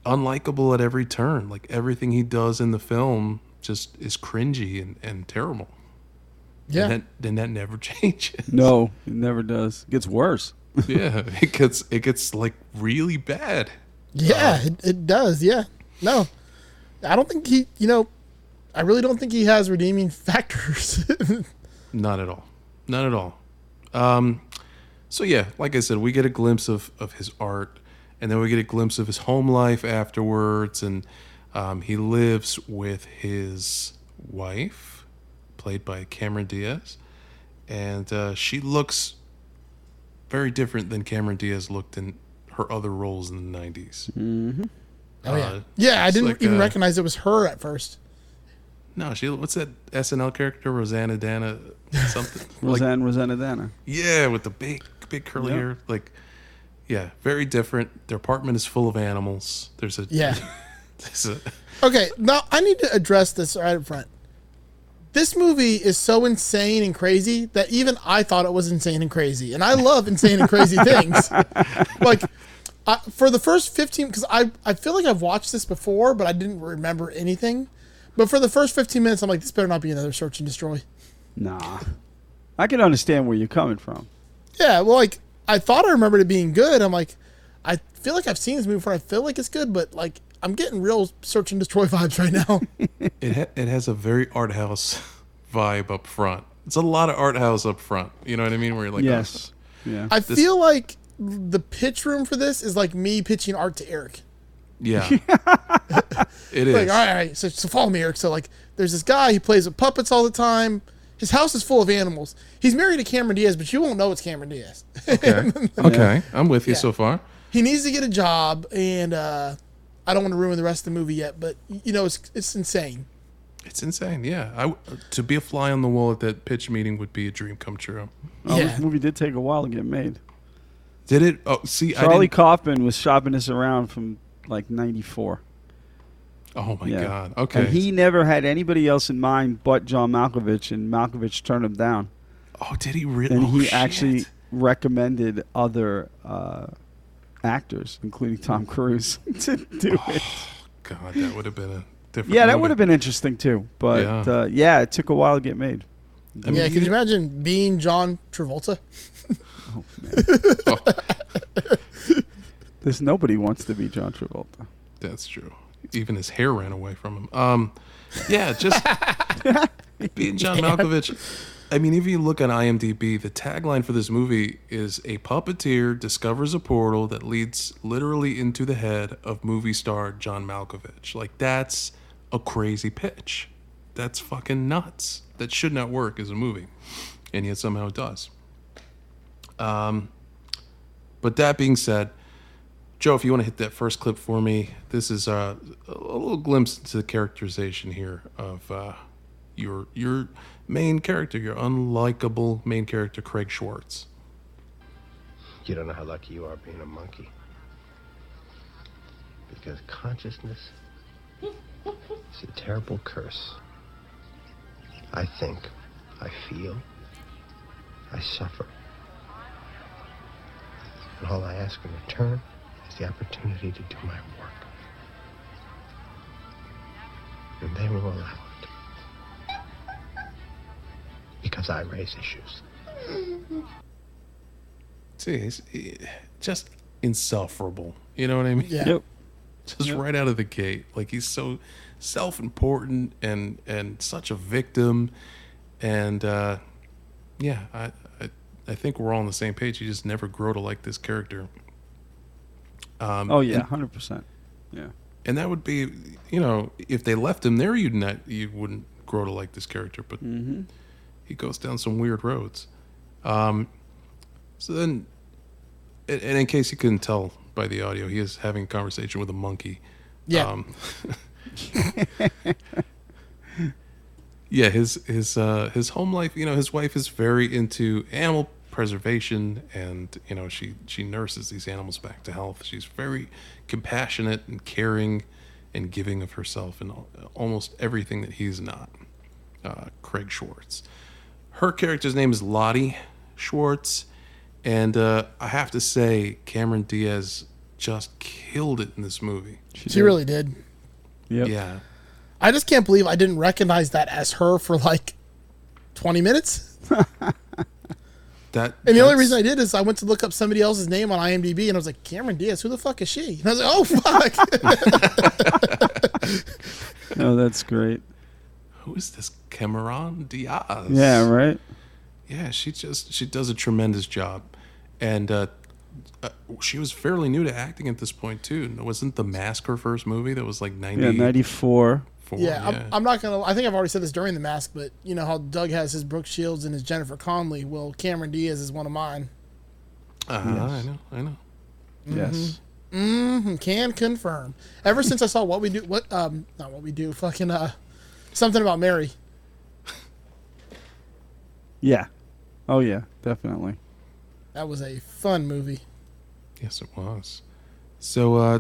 Speaker 1: unlikable at every turn. Like everything he does in the film just is cringy and, and terrible.
Speaker 3: Yeah.
Speaker 1: And that and that never changes.
Speaker 4: no, it never does. It gets worse.
Speaker 1: yeah, it gets it gets like really bad.
Speaker 3: yeah,
Speaker 1: uh,
Speaker 3: it, it does. Yeah. No, I don't think he. You know, I really don't think he has redeeming factors.
Speaker 1: Not at all. Not at all. Um, so yeah, like I said, we get a glimpse of of his art, and then we get a glimpse of his home life afterwards, and um, he lives with his wife, played by Cameron Diaz, and uh, she looks very different than Cameron Diaz looked in her other roles in the '90s. Mm-hmm. Oh yeah.
Speaker 3: yeah, I
Speaker 1: It's
Speaker 3: didn't
Speaker 1: like,
Speaker 3: even
Speaker 1: uh,
Speaker 3: recognize it was her at first.
Speaker 1: No, she. What's that SNL character, Rosanna Dana, something? like,
Speaker 4: Roseanne, Rosanna Dana.
Speaker 1: yeah, with the big, big curly
Speaker 4: Yeah.
Speaker 1: hair. Like, yeah, very different. Their apartment is full of animals. There's a
Speaker 3: Yeah.
Speaker 1: there's a
Speaker 3: Okay, now I need to address this right up front. This movie is so insane and crazy that even I thought it was insane and crazy, and I love insane and crazy things. Like, I, for the first fifteen, because I I feel like I've watched this before, but I didn't remember anything. But for the first fifteen minutes, I'm like, this better not be another search and destroy.
Speaker 4: Nah. I can understand where you're coming from.
Speaker 3: Yeah, well, like I thought I remembered it being good. I'm like, I feel like I've seen this movie before. I feel like it's good, but like I'm getting real search and destroy vibes right now.
Speaker 1: it ha- it has a very art house vibe up front. It's a lot of art house up front. You know what I mean? Where you're like,
Speaker 4: Yes. Yeah.
Speaker 3: I feel like the pitch room for this is like me pitching art to Eric.
Speaker 1: oh, yeah, it is.
Speaker 3: Like, all right, all right so, so follow me, Eric. So, like, there's this guy, he plays with puppets all the time. His house is full of animals. He's married to Cameron Diaz, but you won't know it's Cameron Diaz.
Speaker 1: Okay, okay, I'm with you so far.
Speaker 3: he needs to get a job, and uh, I don't want to ruin the rest of the movie yet, but, you know, it's, it's insane.
Speaker 1: It's insane. Yeah, I w- to be a fly on the wall at that pitch meeting would be a dream come true.
Speaker 4: Oh,
Speaker 3: yeah.
Speaker 4: This movie did take a while to get made.
Speaker 1: Did it? Oh, see, I
Speaker 4: Charlie
Speaker 1: didn't-
Speaker 4: Kaufman was shopping this around from like '94.
Speaker 1: Oh my
Speaker 4: Yeah.
Speaker 1: God. Okay.
Speaker 4: And he never had anybody else in mind but John Malkovich, and Malkovich turned him down.
Speaker 1: oh, did he really?
Speaker 4: And
Speaker 1: oh,
Speaker 4: he
Speaker 1: shit.
Speaker 4: actually recommended other uh, actors, including Tom Cruise, to do
Speaker 1: Oh,
Speaker 4: it.
Speaker 1: God, that would have been a different.
Speaker 4: Yeah, that
Speaker 1: movie.
Speaker 4: would have been interesting too. But
Speaker 1: Yeah.
Speaker 4: yeah. Uh, yeah, it took a while to get made.
Speaker 1: I mean,
Speaker 3: yeah,
Speaker 1: he
Speaker 3: could you
Speaker 1: did-
Speaker 3: imagine being John Travolta?
Speaker 4: There's nobody wants to be John Travolta.
Speaker 1: That's true. Even his hair ran away from him. Um, yeah, just being John Malkovich. I mean, if you look on IMDb, the tagline for this movie is "A puppeteer discovers a portal that leads literally into the head of movie star John Malkovich." Like that's a crazy pitch. That's fucking nuts. That should not work as a movie, and yet somehow it does. Um, but that being said, Joe, if you want to hit that first clip for me, this is uh, a little glimpse into the characterization here of uh, your your main character, your unlikable main character, Craig Schwartz.
Speaker 6: You don't know how lucky you are being a monkey. Because consciousness is a terrible curse. I think, I feel, I suffer. And all I ask in return is the opportunity to do my work. And they will allow it. Because I raise issues.
Speaker 1: See, he's eh, just insufferable. You know what I mean?
Speaker 3: Yeah.
Speaker 4: Yep.
Speaker 1: Just right out of the gate, like he's so self-important and and such a victim. And uh, yeah, I, I I think we're all on the same page. You just never grow to like this character. Um,
Speaker 4: Oh yeah, hundred percent. Yeah.
Speaker 1: and that would be you know if they left him there you'd not you wouldn't grow to like this character but he goes down some weird roads um so then and, and in case you couldn't tell by the audio he is having a conversation with a monkey
Speaker 3: Yeah.
Speaker 1: um, yeah his his uh his home life you know his wife is very into animal preservation and you know she she nurses these animals back to health she's very compassionate and caring and giving of herself in al- almost everything that he's not uh, craig schwartz her character's name is lottie schwartz and uh, i have to say cameron diaz just killed it in this movie
Speaker 3: she really did.
Speaker 4: Yep.
Speaker 1: yeah
Speaker 3: I just can't believe I didn't recognize that as her for like 20 minutes.
Speaker 1: that
Speaker 3: And the only reason
Speaker 1: I.
Speaker 3: I did is I went to look up somebody else's name on IMDb and I was like, Cameron Diaz, who the fuck is she? And I was like, oh, fuck.
Speaker 4: Oh, that's great.
Speaker 1: who is this Cameron Diaz?
Speaker 4: Yeah. Right.
Speaker 1: Yeah, she just she does a tremendous job, and uh, uh, she was fairly new to acting at this point too. And Wasn't The Mask her first movie? That was like ninety
Speaker 4: Yeah. Ninety four.
Speaker 1: four.
Speaker 3: yeah, I'm, I'm not going to. I think I've already said this during the mask, but you know how Doug has his Brooke Shields and his Jennifer Conley. Well, Cameron Diaz is one of mine.
Speaker 1: Uh-huh, I know, I know. Mm-hmm.
Speaker 4: Yes.
Speaker 3: Mm, Can confirm. Ever since I saw what we do, what, um, not what we do, fucking, uh, something about Mary.
Speaker 4: Yeah. Oh yeah. Definitely.
Speaker 3: That was a fun movie.
Speaker 1: Yes, it was. So uh,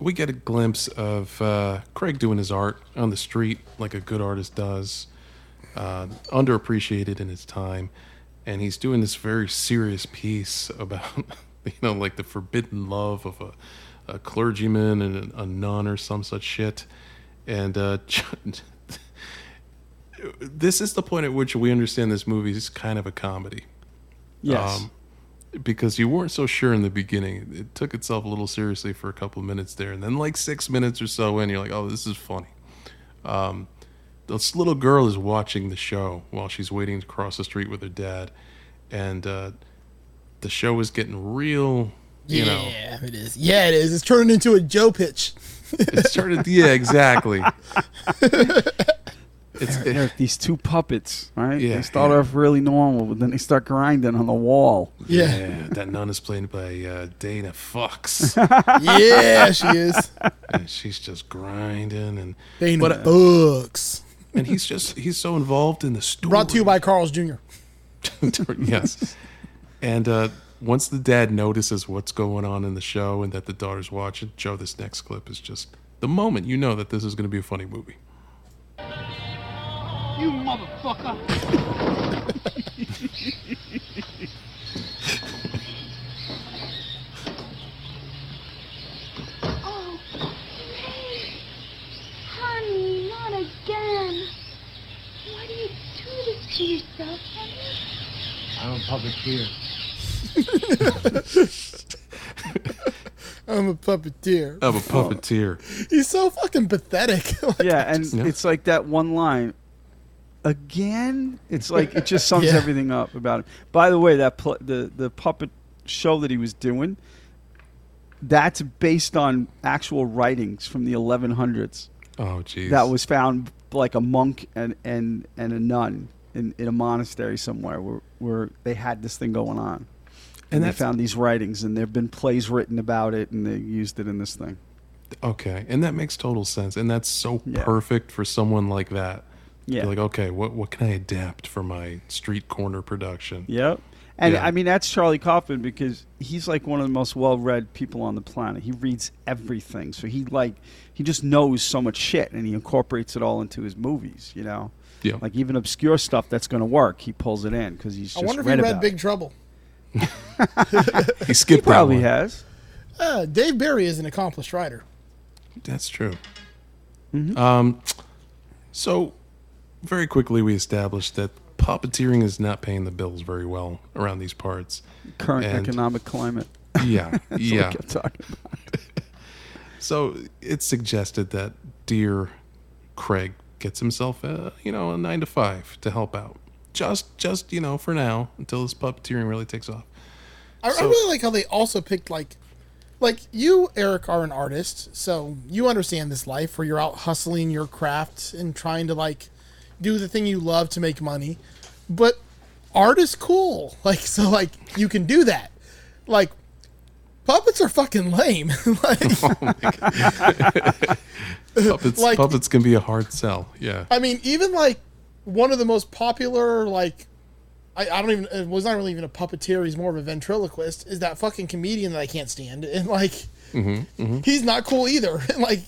Speaker 1: we get a glimpse of uh, Craig doing his art on the street, like a good artist does, uh, underappreciated in his time, and he's doing this very serious piece about, you know, like the forbidden love of a, a clergyman and a, a nun or some such shit, and uh, this is the point at which we understand this movie is kind of a comedy
Speaker 4: Yes.
Speaker 1: Um, because you weren't so sure in the beginning. It took itself a little seriously for a couple of minutes there, and then like six minutes or so in, you're like, "Oh, this is funny." Um, this little girl is watching the show while she's waiting to cross the street with her dad, and uh, the show is getting real. You know,
Speaker 3: yeah, it is. Yeah, it is. It's turning into a Joe pitch.
Speaker 1: it started. Yeah, exactly. it's
Speaker 4: They're these two puppets, right?
Speaker 1: Yeah,
Speaker 4: they start
Speaker 1: yeah.
Speaker 4: off really normal, but then they start grinding on the wall.
Speaker 3: Yeah.
Speaker 1: that nun is played by uh, Dana Fox.
Speaker 3: Yeah, she is.
Speaker 1: and she's just grinding and
Speaker 3: Dana
Speaker 1: But, uh,
Speaker 3: Books.
Speaker 1: and he's just he's so involved in the story.
Speaker 3: Brought to you by Carl's Jr.
Speaker 1: yes. And uh, once the dad notices what's going on in the show and that the daughter's watching, Joe, this next clip is just the the moment you know that this is going to be a funny movie.
Speaker 7: You motherfucker!
Speaker 8: Oh, please. Honey, not again. Why do you do this to yourself, honey?
Speaker 6: I'm a public here.
Speaker 3: I'm a puppeteer.
Speaker 1: I'm a puppeteer.
Speaker 3: He's so fucking pathetic. Like,
Speaker 4: Yeah, and
Speaker 1: Yeah.
Speaker 4: it's like that one line. Again, it's like it just sums
Speaker 3: Yeah.
Speaker 4: everything up about him. By the way, that pl- the the puppet show that he was doing, that's based on actual writings from the 1100s
Speaker 1: Oh, jeez.
Speaker 4: that was found like a monk and and and a nun in, in a monastery somewhere where where they had this thing going on. And, they
Speaker 1: that's-
Speaker 4: found these writings, and there have been plays written about it, and they used it in this thing.
Speaker 1: okay, and that makes total sense, and that's so
Speaker 4: Yeah.
Speaker 1: perfect for someone like that.
Speaker 4: Yeah.
Speaker 1: Be like, okay, what what can I adapt for my street corner production?
Speaker 4: Yep. And
Speaker 1: Yeah.
Speaker 4: I mean, that's Charlie Kaufman because he's like one of the most well read people on the planet. He reads everything. So he like, he just knows so much shit and he incorporates it all into his movies, you know?
Speaker 1: Yeah.
Speaker 4: Like even obscure stuff that's going to work, he pulls it in because he's
Speaker 3: I
Speaker 4: just
Speaker 3: wonder if
Speaker 4: read
Speaker 3: he read
Speaker 4: about
Speaker 3: Big
Speaker 4: it.
Speaker 3: Trouble.
Speaker 1: He skipped that
Speaker 4: Probably
Speaker 1: one.
Speaker 4: has.
Speaker 3: Uh, Dave Barry is an accomplished writer.
Speaker 1: That's true.
Speaker 3: Mm-hmm.
Speaker 1: Um, so, very quickly, we established that puppeteering is not paying the bills very well around these parts.
Speaker 4: Current
Speaker 1: And-
Speaker 4: economic climate.
Speaker 1: Yeah,
Speaker 4: We
Speaker 1: yeah.
Speaker 4: kept talking about it.
Speaker 1: So it's suggested that dear Craig gets himself, a, you know, a nine to five to help out. Just, just you know, for now until this puppeteering really takes off.
Speaker 3: I, I really like how they also picked like, like you, Eric, are an artist, so you understand this life where you're out hustling your craft and trying to like do the thing you love to make money. But art is cool, like so, like you can do that. Like puppets are fucking lame. like,
Speaker 1: Puppets,
Speaker 3: Like- Uh,
Speaker 1: puppets can be a hard sell. Yeah,
Speaker 3: I mean, even like one of the most popular like. I, I don't even it was not really even a puppeteer. He's more of a ventriloquist. Is that fucking comedian that I can't stand? And like, he's not cool either. And like,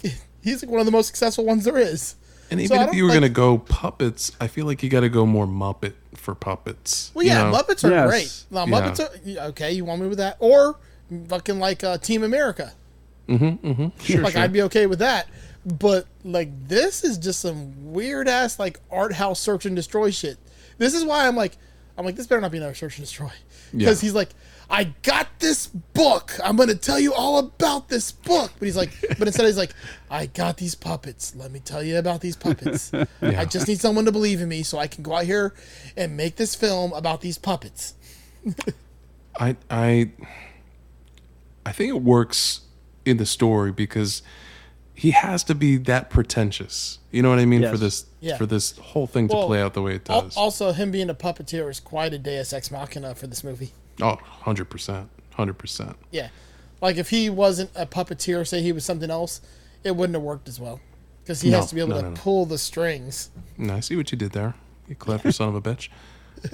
Speaker 3: he's like one of the most successful ones there is.
Speaker 1: and even
Speaker 3: I
Speaker 1: if
Speaker 3: don't
Speaker 1: you were
Speaker 3: like-
Speaker 1: gonna go puppets, I feel like you got to go more Muppet for puppets.
Speaker 3: Well,
Speaker 1: you
Speaker 3: yeah,
Speaker 1: know?
Speaker 3: Muppets are
Speaker 4: Yes.
Speaker 3: great. Now,
Speaker 1: Yeah.
Speaker 3: Muppets are yeah, okay. You want me with that, or fucking like uh, Team America?
Speaker 1: Sure,
Speaker 3: Like,
Speaker 1: sure.
Speaker 3: I'd be okay with that. But like, this is just some weird ass like art house search and destroy shit. This is why I'm like, I'm like, this better not be another search and destroy because
Speaker 1: Yeah.
Speaker 3: he's like. I got this book. I'm gonna tell you all about this book. But he's like, but instead he's like, I got these puppets. Let me tell you about these puppets. I just need someone to believe in me so I can go out here and make this film about these puppets.
Speaker 1: I I I think it works in the story because he has to be that pretentious. You know what I mean for
Speaker 4: Yes.
Speaker 1: this
Speaker 3: Yeah.
Speaker 1: for this whole thing to
Speaker 3: Well,
Speaker 1: play out the way it
Speaker 3: Al-
Speaker 1: does.
Speaker 3: Also, him being a puppeteer is quite a deus ex machina for this movie.
Speaker 1: Oh, 100%. 100%.
Speaker 3: Yeah. Like, if he wasn't a puppeteer, say he was something else, it wouldn't have worked as well. Because he
Speaker 1: No,
Speaker 3: has to be able
Speaker 1: no,
Speaker 3: to
Speaker 1: no, no.
Speaker 3: pull the strings.
Speaker 1: No, I see what you did there. You clever son of a bitch.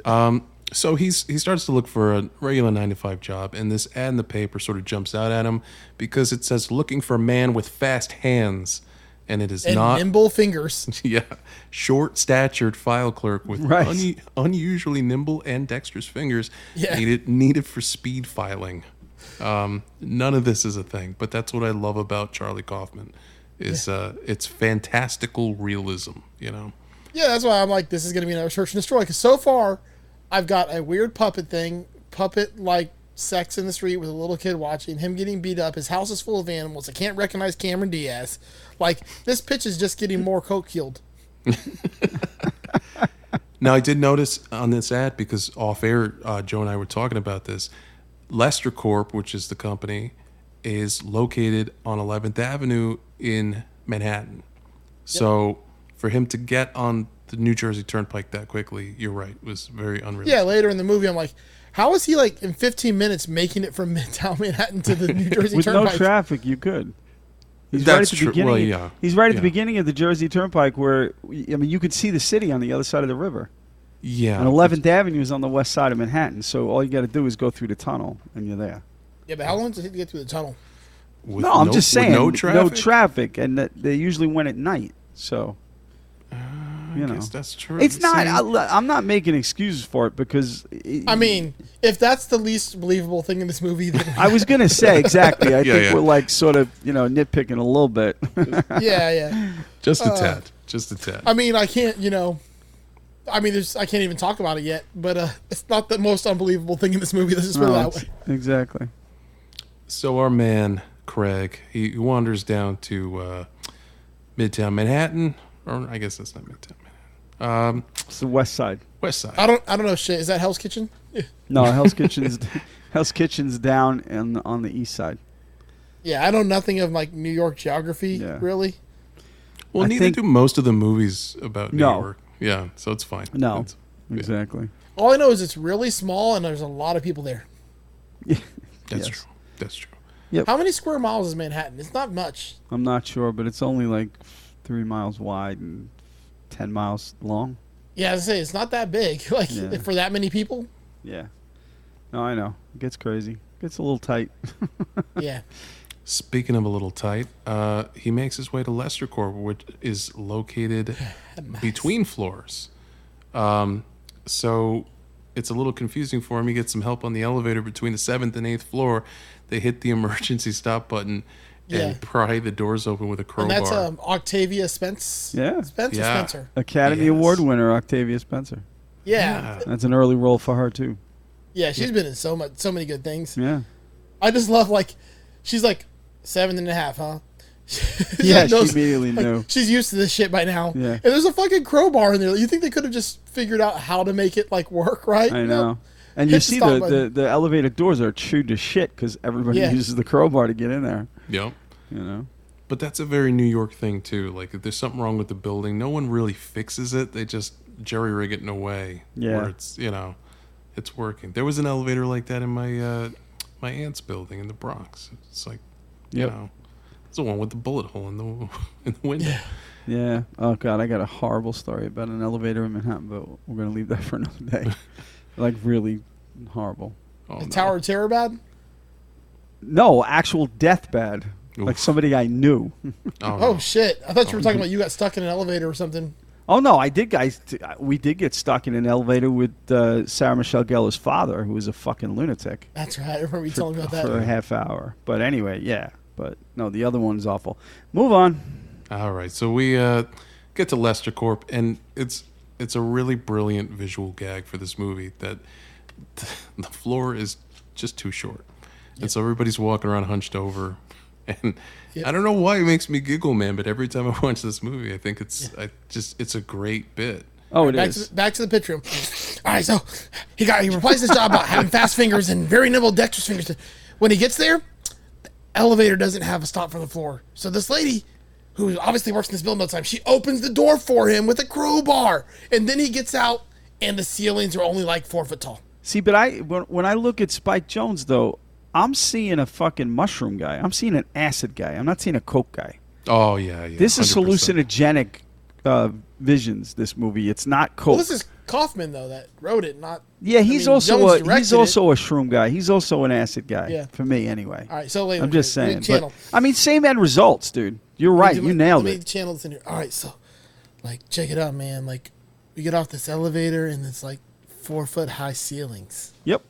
Speaker 1: Um, so he's he starts to look for a regular nine to five job, and this ad in the paper sort of jumps out at him because it says looking for a man with fast hands, and it is
Speaker 3: And
Speaker 1: not
Speaker 3: nimble fingers.
Speaker 1: yeah, short statured file clerk with
Speaker 4: Right.
Speaker 1: unu- unusually nimble and dexterous fingers
Speaker 3: Yeah.
Speaker 1: needed needed for speed filing. Um, none of this is a thing, but that's what I love about Charlie Kaufman is uh, it's fantastical realism. You know,
Speaker 3: Yeah, that's why I'm like, this is going to be another search and destroy. Because so far, I've got a weird puppet thing, puppet like sex in the street with a little kid watching, him getting beat up, his house is full of animals. I can't recognize Cameron Diaz. Like, this pitch is just getting more coke killed.
Speaker 1: Now, I did notice on this ad because off air, uh, Joe and I were talking about this. Lester Corp, which is the company, is located on 11th Avenue in Manhattan. So, for him to get on the New Jersey Turnpike that quickly, you're right, was very unrealistic.
Speaker 3: Yeah, later in the movie, I'm like, how is he like in 15 minutes making it from Midtown Manhattan to the New Jersey
Speaker 4: With no
Speaker 3: Turnpike?
Speaker 4: traffic, you could. He's right at
Speaker 1: That's
Speaker 4: the
Speaker 1: true.
Speaker 4: beginning.
Speaker 1: Well, yeah.
Speaker 4: He's right at
Speaker 1: Yeah.
Speaker 4: the beginning of the Jersey Turnpike, where I mean, you could see the city on the other side of the river.
Speaker 1: Yeah.
Speaker 4: And 11th Avenue is on the west side of Manhattan, so all you got to do is go through the tunnel, and you're there.
Speaker 3: Yeah, but how long does it take to get through the tunnel?
Speaker 1: With
Speaker 4: no, I'm just
Speaker 1: with
Speaker 4: saying
Speaker 1: no traffic.
Speaker 4: traffic, and that they usually went at night. So you know,
Speaker 1: Yes, that's true.
Speaker 4: it's not.
Speaker 1: See?
Speaker 4: I, li- I'm not making excuses for it because it-
Speaker 3: I mean, if that's the least believable thing in this movie, then
Speaker 4: I was gonna say exactly. I
Speaker 1: Yeah,
Speaker 4: think
Speaker 1: yeah.
Speaker 4: we're like sort of you know nitpicking a little bit.
Speaker 3: yeah, yeah.
Speaker 1: just
Speaker 4: uh,
Speaker 1: a tad. Just a tad.
Speaker 3: I mean, I can't, you know, I mean, there's, I can't even talk about it yet. But uh, it's not the most unbelievable thing in this movie. Let's just put it
Speaker 4: No,
Speaker 3: that
Speaker 4: it's-
Speaker 3: way.
Speaker 4: exactly.
Speaker 1: So our man Craig, he wanders down to uh, Midtown Manhattan, or I guess that's not Midtown Manhattan, um,
Speaker 4: It's the West Side.
Speaker 1: West Side.
Speaker 3: I don't, I don't know shit. Is that Hell's Kitchen? Yeah.
Speaker 4: No, Hell's Kitchen's Hell's Kitchen's down and on the East Side.
Speaker 3: Yeah, I know nothing of like New York geography
Speaker 4: Yeah.
Speaker 3: really.
Speaker 1: well,
Speaker 4: I
Speaker 1: neither
Speaker 4: think-
Speaker 1: do most of the movies about New
Speaker 4: No.
Speaker 1: York. Yeah, so it's fine.
Speaker 4: No,
Speaker 1: It's- yeah,
Speaker 4: exactly.
Speaker 3: All I know is it's really small and there's a lot of people there.
Speaker 1: that's
Speaker 4: Yes.
Speaker 1: true. That's true.
Speaker 3: How many square miles is Manhattan? It's not much.
Speaker 4: I'm not sure, but it's only like three miles wide and ten miles long.
Speaker 3: Yeah, as I say, it's not that big. Like
Speaker 4: Yeah.
Speaker 3: for that many people.
Speaker 4: Yeah. No, I know. It gets crazy. It gets a little tight.
Speaker 3: Yeah.
Speaker 1: Speaking of a little tight, uh, he makes his way to Lester Corp, which is located between floors. Um, so it's a little confusing for him. He gets some help on the elevator between the seventh and eighth floor. They hit the emergency stop button and
Speaker 3: Yeah.
Speaker 1: pry the doors open with a crowbar.
Speaker 3: And that's um, Octavia Spence.
Speaker 4: Yeah.
Speaker 3: Spence or
Speaker 1: Yeah.
Speaker 3: Spencer?
Speaker 4: Academy
Speaker 1: Yes.
Speaker 4: Award winner Octavia Spencer.
Speaker 3: Yeah.
Speaker 4: That's an early role for her too.
Speaker 3: Yeah, she's been in so much so many good things.
Speaker 4: Yeah.
Speaker 3: I just love like she's like seven and a half, huh? She's
Speaker 4: Yeah,
Speaker 3: like,
Speaker 4: she
Speaker 3: knows-
Speaker 4: immediately
Speaker 3: like,
Speaker 4: knew.
Speaker 3: She's used to this shit by now.
Speaker 4: Yeah.
Speaker 3: And there's a fucking crowbar in there. You think they could have just figured out how to make it like work, right?
Speaker 4: I
Speaker 3: No.
Speaker 4: know. And you
Speaker 3: Hit the
Speaker 4: see
Speaker 3: stop
Speaker 4: the, the,
Speaker 3: button.
Speaker 4: the elevator doors are chewed to shit because everybody
Speaker 3: Yeah.
Speaker 4: uses the crowbar to get in there.
Speaker 1: Yep.
Speaker 4: You know.
Speaker 1: But that's a very New York thing too. Like if there's something wrong with the building, no one really fixes it. They just jerry rig it in a way
Speaker 4: Yeah.
Speaker 1: where it's you know, it's working. There was an elevator like that in my uh, my aunt's building in the Bronx. It's like you
Speaker 4: Yep.
Speaker 1: know, it's the one with the bullet hole in the in the window.
Speaker 4: Yeah. Oh God, I got a horrible story about an elevator in Manhattan, but we're gonna leave that for another day. like really horrible.
Speaker 1: Oh,
Speaker 3: The
Speaker 1: no.
Speaker 3: Tower of Terror bad?
Speaker 4: No, actual deathbed. Like
Speaker 1: Oof.
Speaker 4: somebody I knew.
Speaker 1: Oh,
Speaker 3: Oh
Speaker 1: no.
Speaker 3: shit. I thought you were talking about you got stuck in an elevator or something.
Speaker 4: Oh no, I did. Guys, t- I- we did get stuck in an elevator with uh, Sarah Michelle Gellar's father, who was a fucking lunatic,
Speaker 3: That's right. I remember you telling me about
Speaker 4: for a
Speaker 3: that.
Speaker 4: half hour. But anyway, yeah. But no, the other one's awful. Move on.
Speaker 1: All right, so we uh, get to Lester Corp, and it's it's a really brilliant visual gag for this movie that the floor is just too short, and so everybody's walking around hunched over, and I don't know why it makes me giggle, man, but every time I watch this movie, I think it's I just it's a great bit.
Speaker 4: Oh, it
Speaker 3: Back
Speaker 4: is.
Speaker 3: to, the, back to the pit room. All right, so he got he replaced his job by having fast fingers and very nimble dexterous fingers. When he gets there, the elevator doesn't have a stop for the floor. So this lady, who obviously works in this building all the time, she opens the door for him with a crowbar, and then he gets out, and the ceilings are only like four foot tall.
Speaker 4: See, but I when, when I look at Spike Jones though, I'm seeing a fucking mushroom guy. I'm seeing an acid guy. I'm not seeing a coke guy.
Speaker 1: Oh yeah, yeah.
Speaker 4: This is
Speaker 1: 100%.
Speaker 4: hallucinogenic uh, visions. This movie. It's not coke.
Speaker 3: Well, this is Kaufman though that wrote it, not
Speaker 4: yeah,
Speaker 3: I
Speaker 4: he's
Speaker 3: mean,
Speaker 4: also
Speaker 3: Jones
Speaker 4: a,
Speaker 3: directed
Speaker 4: he's
Speaker 3: it.
Speaker 4: also a shroom guy. He's also an acid guy.
Speaker 3: Yeah.
Speaker 4: For me, anyway.
Speaker 3: All right, so wait,
Speaker 4: I'm just
Speaker 3: wait, wait,
Speaker 4: saying.
Speaker 3: channel.
Speaker 4: But, I mean, same end results, dude. You're right.
Speaker 3: Let
Speaker 4: You
Speaker 3: me-
Speaker 4: nailed
Speaker 3: let me
Speaker 4: it.
Speaker 3: channel this in here. All right, so like check it out, man. Like we get off this elevator and it's like four foot high ceilings.
Speaker 4: Yep.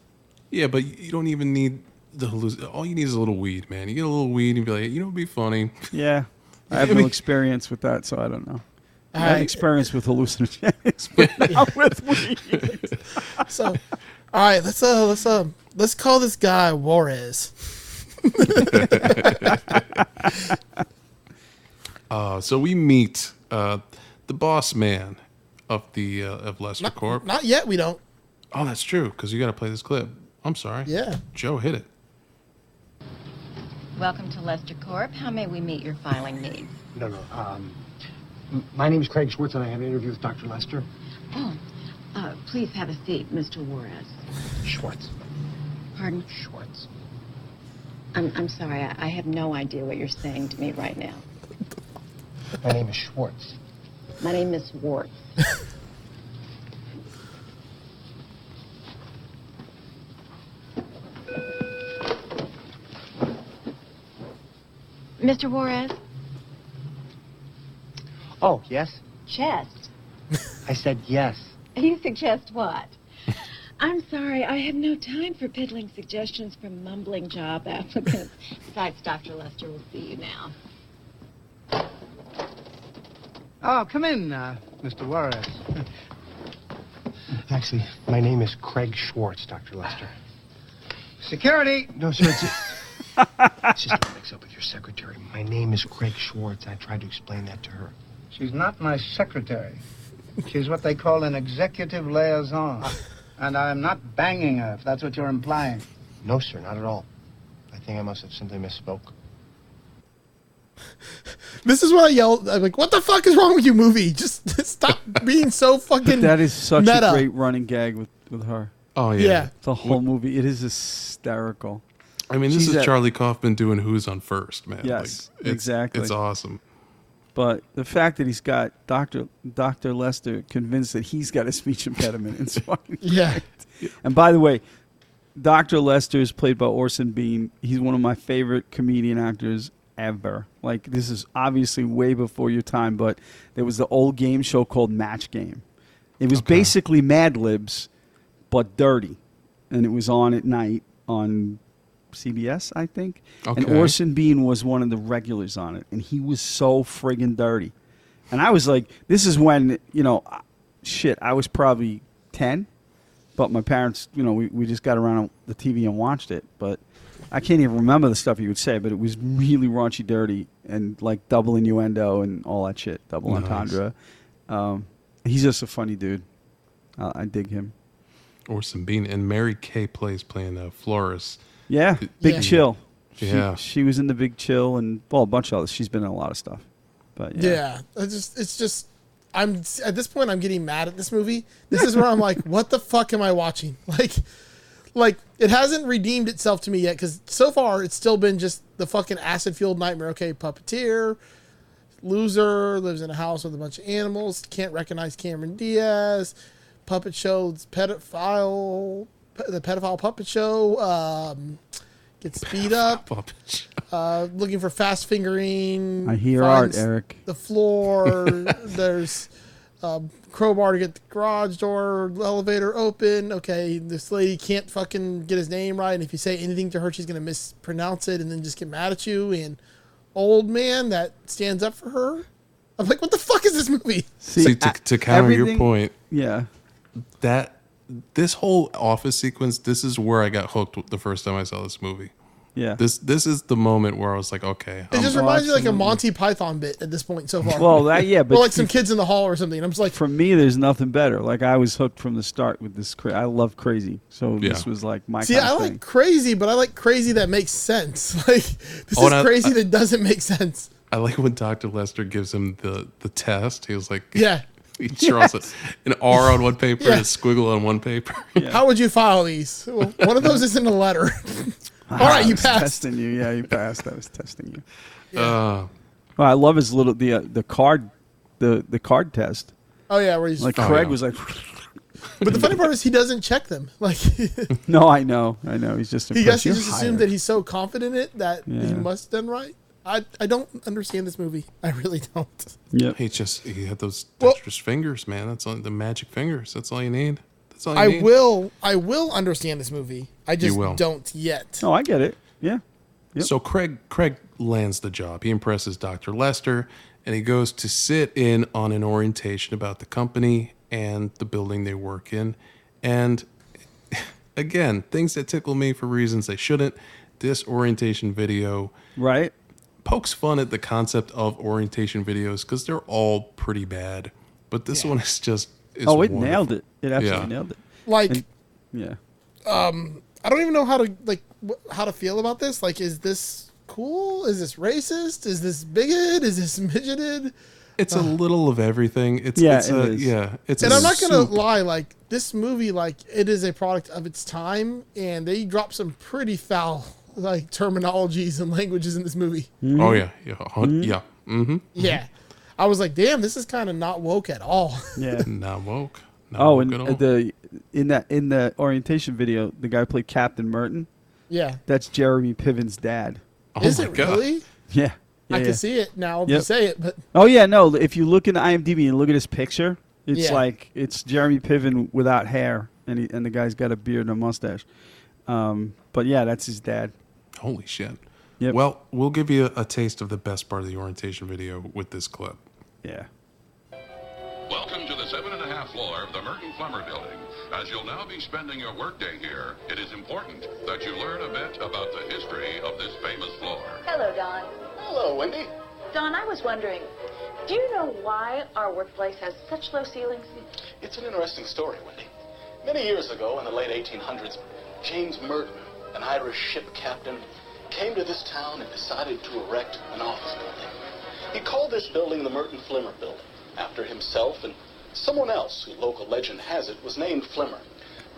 Speaker 1: Yeah, but you don't even need the halluc- all you need is a little weed, man. You get a little weed and be like, you know, it'd be funny.
Speaker 4: Yeah. I have no experience with that, so I don't know. I have
Speaker 3: I-
Speaker 4: experience with hallucinogenics, but not with weed.
Speaker 3: So all right, let's uh let's uh let's call this guy Juarez.
Speaker 1: Uh, so we meet uh, the boss man of the uh, of Lester Corp.
Speaker 3: Not yet, we don't.
Speaker 1: oh, that's true because you got to play this clip. I'm sorry.
Speaker 3: Yeah.
Speaker 1: Joe hit it.
Speaker 7: Welcome to Lester Corp. How may we meet your filing needs?
Speaker 6: No, no. Um, m- my name's Craig Schwartz, and I have an interview with Dr. Lester.
Speaker 7: Oh, uh, please have a seat, Mr. Juarez.
Speaker 6: Schwartz.
Speaker 7: Pardon?
Speaker 6: Schwartz.
Speaker 7: I'm, I'm sorry. I, I have no idea what you're saying to me right now.
Speaker 6: My name is Schwartz.
Speaker 7: My name is Ward. Mr. Juarez,
Speaker 6: Oh, yes?
Speaker 7: chest.
Speaker 6: I said yes.
Speaker 7: You suggest what? I'm sorry, I have no time for piddling suggestions from mumbling job applicants. Besides, Dr. Lester will see you now.
Speaker 6: Oh, come in, uh, Mr. Juarez. Actually, my name is Craig Schwartz, Dr. Lester. Security! No, sir, it's, it's just a mix up with your secretary. My name is Craig Schwartz. I tried to explain that to her.
Speaker 9: She's not my secretary. She's what they call an executive liaison. And I'm not banging her, if that's what you're implying.
Speaker 6: No, sir, not at all. I think I must have simply misspoke.
Speaker 3: This is what I yelled. I'm like, what the fuck is wrong with you, movie? Just stop being so fucking.
Speaker 4: That is such
Speaker 3: meta.
Speaker 4: a great running gag with, with her.
Speaker 1: Oh yeah.
Speaker 3: Yeah.
Speaker 4: The whole movie. It is hysterical.
Speaker 1: I mean, this
Speaker 4: She's
Speaker 1: is
Speaker 4: a-
Speaker 1: Charlie Kaufman doing Who's on First, man.
Speaker 4: Yes,
Speaker 1: it's-
Speaker 4: exactly.
Speaker 1: It's awesome.
Speaker 4: But the fact that he's got Doctor Doctor Lester convinced that he's got a speech impediment is fucking.
Speaker 3: Yeah.
Speaker 4: And by the way, Doctor Lester is played by Orson Bean. He's one of my favorite comedian actors ever. Like this is obviously way before your time, but there was the old game show called Match Game. It was basically Mad Libs, but dirty, and it was on at night on CBS, I think. And
Speaker 1: Okay.
Speaker 4: Orson Bean was one of the regulars on it, and he was so friggin' dirty. And I was like, this is when, you know, I- shit, I was probably 10, but my parents, you know, we, we just got around the TV and watched it. But I can't even remember the stuff he would say, but it was really raunchy, dirty, and like double innuendo and all that shit, double
Speaker 1: Nice.
Speaker 4: entendre. Um, he's just a funny dude. Uh, I dig him.
Speaker 1: Orson Bean and Mary Kay plays playing uh, Flores.
Speaker 4: Yeah, Big
Speaker 3: Yeah.
Speaker 4: Chill. She,
Speaker 1: Yeah.
Speaker 4: she was in the Big Chill and well, a bunch of others. She's been in a lot of stuff. But yeah,
Speaker 3: Yeah, I just it's just I'm at this point I'm getting mad at this movie. This is where I'm like, what the fuck am I watching? Like, like it hasn't redeemed itself to me yet because so far it's still been just the fucking acid fueled nightmare. Okay, puppeteer, loser lives in a house with a bunch of animals. Can't recognize Cameron Diaz. Puppet shows pedophile, pe- the pedophile puppet show. Um, gets beat up.
Speaker 1: Puppet
Speaker 3: Uh, looking for fast fingering.
Speaker 4: I hear
Speaker 3: finds-
Speaker 4: art, Eric.
Speaker 3: the floor. there's um, crowbar to get the garage door, elevator open. Okay, this lady can't fucking get his name right, and if you say anything to her, she's gonna mispronounce it and then just get mad at you. And old man that stands up for her. I'm like, what the fuck is this movie?
Speaker 1: See, to,
Speaker 4: I-
Speaker 1: to counter your
Speaker 4: everything-
Speaker 1: point,
Speaker 4: Yeah.
Speaker 1: that this whole office sequence, this is where I got hooked the first time I saw this movie.
Speaker 4: Yeah.
Speaker 1: This this is the moment where I was like, okay,
Speaker 3: It
Speaker 1: I'm-
Speaker 3: just reminds me like a Monty Python bit at this point so far.
Speaker 4: well, that yeah, but
Speaker 3: or like some kids in the hall or something. I'm just like,
Speaker 4: for me, there's nothing better. Like I was hooked from the start with this. Cra- I love crazy, so this
Speaker 1: Yeah.
Speaker 4: was like my.
Speaker 3: see,
Speaker 4: kind
Speaker 3: I
Speaker 4: of
Speaker 3: like
Speaker 4: thing.
Speaker 3: crazy, but I like crazy that makes sense. Like this
Speaker 1: Oh,
Speaker 3: is
Speaker 1: and I-
Speaker 3: crazy
Speaker 1: I-
Speaker 3: that doesn't make sense.
Speaker 1: I like when Doctor Lester gives him the the test. He was like,
Speaker 3: Yeah.
Speaker 1: he draws a, an R on one paper and
Speaker 3: Yeah.
Speaker 1: a squiggle on one paper.
Speaker 3: How would you file these? Well, one of those isn't a letter. All right,
Speaker 4: I
Speaker 3: you
Speaker 4: was
Speaker 3: passed.
Speaker 4: Testing you, yeah, you passed. I was testing you.
Speaker 1: Uh,
Speaker 4: Well, I love his little the uh, the card, the the card test.
Speaker 3: Oh yeah, where he's
Speaker 4: Like
Speaker 1: Oh,
Speaker 4: Craig
Speaker 1: yeah.
Speaker 4: was like,
Speaker 3: but the funny part is he doesn't check them. Like he
Speaker 4: no, I know, I know. He's just. impressed.
Speaker 3: guess he
Speaker 4: You're
Speaker 3: just
Speaker 4: hired.
Speaker 3: assumed that he's so confident in it that he
Speaker 4: Yeah.
Speaker 3: must have done right. I I don't understand this movie. I really don't.
Speaker 4: Yep.
Speaker 1: he just he had those
Speaker 3: Well-
Speaker 1: dexterous fingers, man. That's all, the magic fingers. That's all you need. That's all you
Speaker 3: I
Speaker 1: need.
Speaker 3: will I will understand this movie. I just
Speaker 1: will.
Speaker 3: don't yet.
Speaker 4: No, Oh, I get it. Yeah. Yep.
Speaker 1: So Craig Craig lands the job. He impresses Dr. Lester and he goes to sit in on an orientation about the company and the building they work in. And again, things that tickle me for reasons they shouldn't. This orientation video
Speaker 4: Right.
Speaker 1: pokes fun at the concept of orientation videos because they're all pretty bad. But this one is just is
Speaker 4: oh, it
Speaker 1: wonderful.
Speaker 4: nailed it. It absolutely
Speaker 1: Yeah.
Speaker 4: nailed it.
Speaker 3: Like
Speaker 4: And- Yeah.
Speaker 3: I don't even know how to like wh- how to feel about this. Like, is this cool? Is this racist? Is this bigoted? Is this midgeted?
Speaker 1: It's a little of everything. It's
Speaker 4: Yeah,
Speaker 1: it's
Speaker 4: it
Speaker 1: a,
Speaker 4: is.
Speaker 1: yeah. It's
Speaker 3: and
Speaker 1: a
Speaker 3: I'm not gonna
Speaker 1: soup.
Speaker 3: lie, like this movie, like it is a product of its time, and they drop some pretty foul like terminologies and languages in this movie.
Speaker 1: Oh yeah, yeah, hun- yeah. Mm-hmm.
Speaker 3: Yeah, I was like, damn, this is kind of not woke at all.
Speaker 4: Yeah.
Speaker 1: Not woke. Not
Speaker 4: oh,
Speaker 1: woke
Speaker 4: and
Speaker 1: at all.
Speaker 4: uh, the in that in the orientation video, the guy played Captain Merton.
Speaker 3: yeah,
Speaker 4: That's Jeremy Piven's dad.
Speaker 1: Oh
Speaker 3: is
Speaker 1: my
Speaker 3: it
Speaker 1: God.
Speaker 3: really?
Speaker 4: Yeah.
Speaker 3: I
Speaker 4: Yeah,
Speaker 3: can
Speaker 4: yeah.
Speaker 3: see it now if you
Speaker 4: Yep.
Speaker 3: say it, but
Speaker 4: Oh yeah, no. If you look in the IMDb and look at his picture, it's
Speaker 3: Yeah.
Speaker 4: like it's Jeremy Piven without hair, and he, and the guy's got a beard and a mustache. Um, but yeah, that's his dad.
Speaker 1: Holy shit.
Speaker 4: Yep.
Speaker 1: Well, we'll give you a, a taste of the best part of the orientation video with this clip.
Speaker 4: Yeah.
Speaker 10: Welcome to the seven and a half floor of the Merton Plummer Building. As you'll now be spending your workday here, it is important that you learn a bit about the history of this famous floor.
Speaker 7: Hello, Don. Hello, Wendy. Don, I was wondering, do you know why our workplace has such low ceilings?
Speaker 9: It's an interesting story, Wendy. Many years ago, in the late 1800s, James Merton, an Irish ship captain, came to this town and decided to erect an office building. He called this building the Merton Flimmer Building, after himself and someone else who local legend has it was named Flimmer.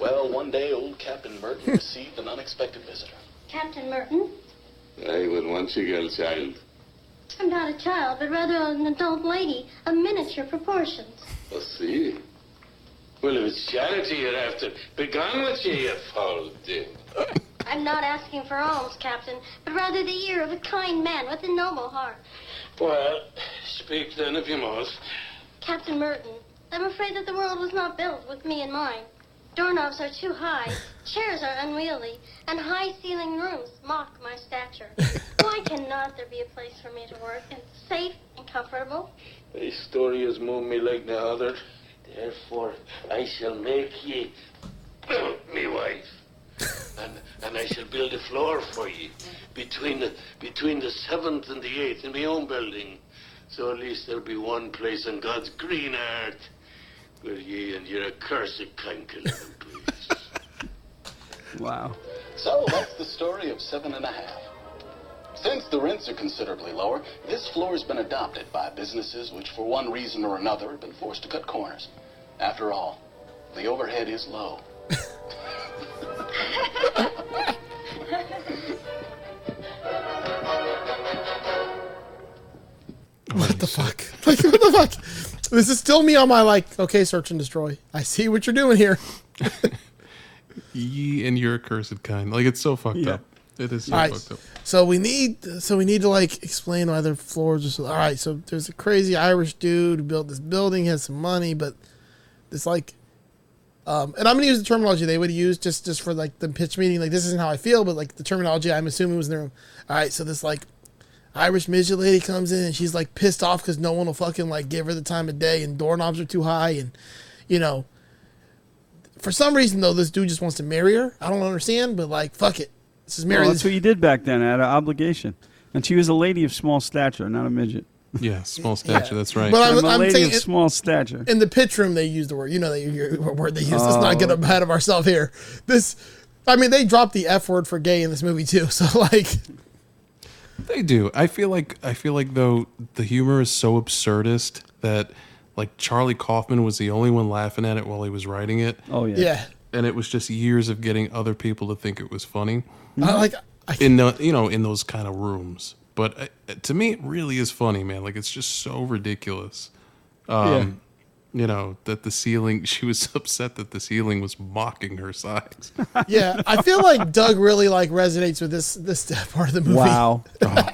Speaker 9: Well, one day, old Captain Merton received an unexpected visitor.
Speaker 7: Captain Merton,
Speaker 10: I was once a girl child.
Speaker 7: I'm not a child, but rather an adult lady of miniature proportions.
Speaker 10: I see. Well, it was charity you're after. Begone with you, you foul thing.
Speaker 7: I'm not asking for alms, Captain, but rather the ear of a kind man with a noble heart.
Speaker 10: Well, speak then if you must.
Speaker 7: Captain Merton, I'm afraid that the world was not built with me in mind. Doorknobs are too high, chairs are unwieldy, and high ceilinged rooms mock my stature. Why cannot there be a place for me to work and safe and comfortable?
Speaker 10: This story has moved me like no other. Therefore, I shall make ye me wife. And, and I shall build a floor for ye between the, between the seventh and the eighth in my own building. So at least there'll be one place on God's green earth where ye and your accursed kind can live in peace.
Speaker 4: Wow.
Speaker 9: So that's the story of seven and a half. Since the rents are considerably lower, this floor has been adopted by businesses which, for one reason or another, have been forced to cut corners. After all, the overhead is low.
Speaker 3: what the fuck? Like what the fuck? This is still me on my like. Okay, search and destroy. I see what you're doing here.
Speaker 1: Ye and your accursed kind. Like, it's so fucked
Speaker 4: Yeah.
Speaker 1: up. It is so
Speaker 3: All right.
Speaker 1: fucked up.
Speaker 3: So we need so we need to like explain why their floors are so all right, so there's a crazy Irish dude who built this building, has some money, but it's like um, and I'm gonna use the terminology they would use just just for like the pitch meeting, like this isn't how I feel, but like the terminology I'm assuming was in the room. All right, so this like Irish midget lady comes in and she's like pissed off because no one will fucking like give her the time of day and doorknobs are too high and you know for some reason though this dude just wants to marry her. I don't understand, but like fuck it. This is marry
Speaker 4: Well,
Speaker 3: this
Speaker 4: that's what you did back then, out of obligation. And she was a lady of small stature, not a midget.
Speaker 1: Yeah, small statue. That's right.
Speaker 3: But
Speaker 4: I'm,
Speaker 3: I'm,
Speaker 4: a
Speaker 3: I'm,
Speaker 4: lady
Speaker 3: saying
Speaker 4: of
Speaker 3: it-
Speaker 4: small stature.
Speaker 3: in the pitch room they use the word. You know that you what word they use. Let's not
Speaker 4: Oh.
Speaker 3: get ahead of ourselves here. This, I mean, they dropped the f word for gay in this movie too. So like,
Speaker 1: They do. I feel like I feel like though the humor is so absurdist that like Charlie Kaufman was the only one laughing at it while he was writing it,
Speaker 4: oh yeah.
Speaker 3: yeah,
Speaker 1: and it was just years of getting other people to think it was funny
Speaker 3: I, like I,
Speaker 1: in the you know in those kind of rooms. But uh, to me, it really is funny, man. Like it's just so ridiculous. Um, You know that the ceiling. She was upset that the ceiling was mocking her size.
Speaker 3: yeah. I feel like Doug really like resonates with this this part of the movie.
Speaker 4: Wow.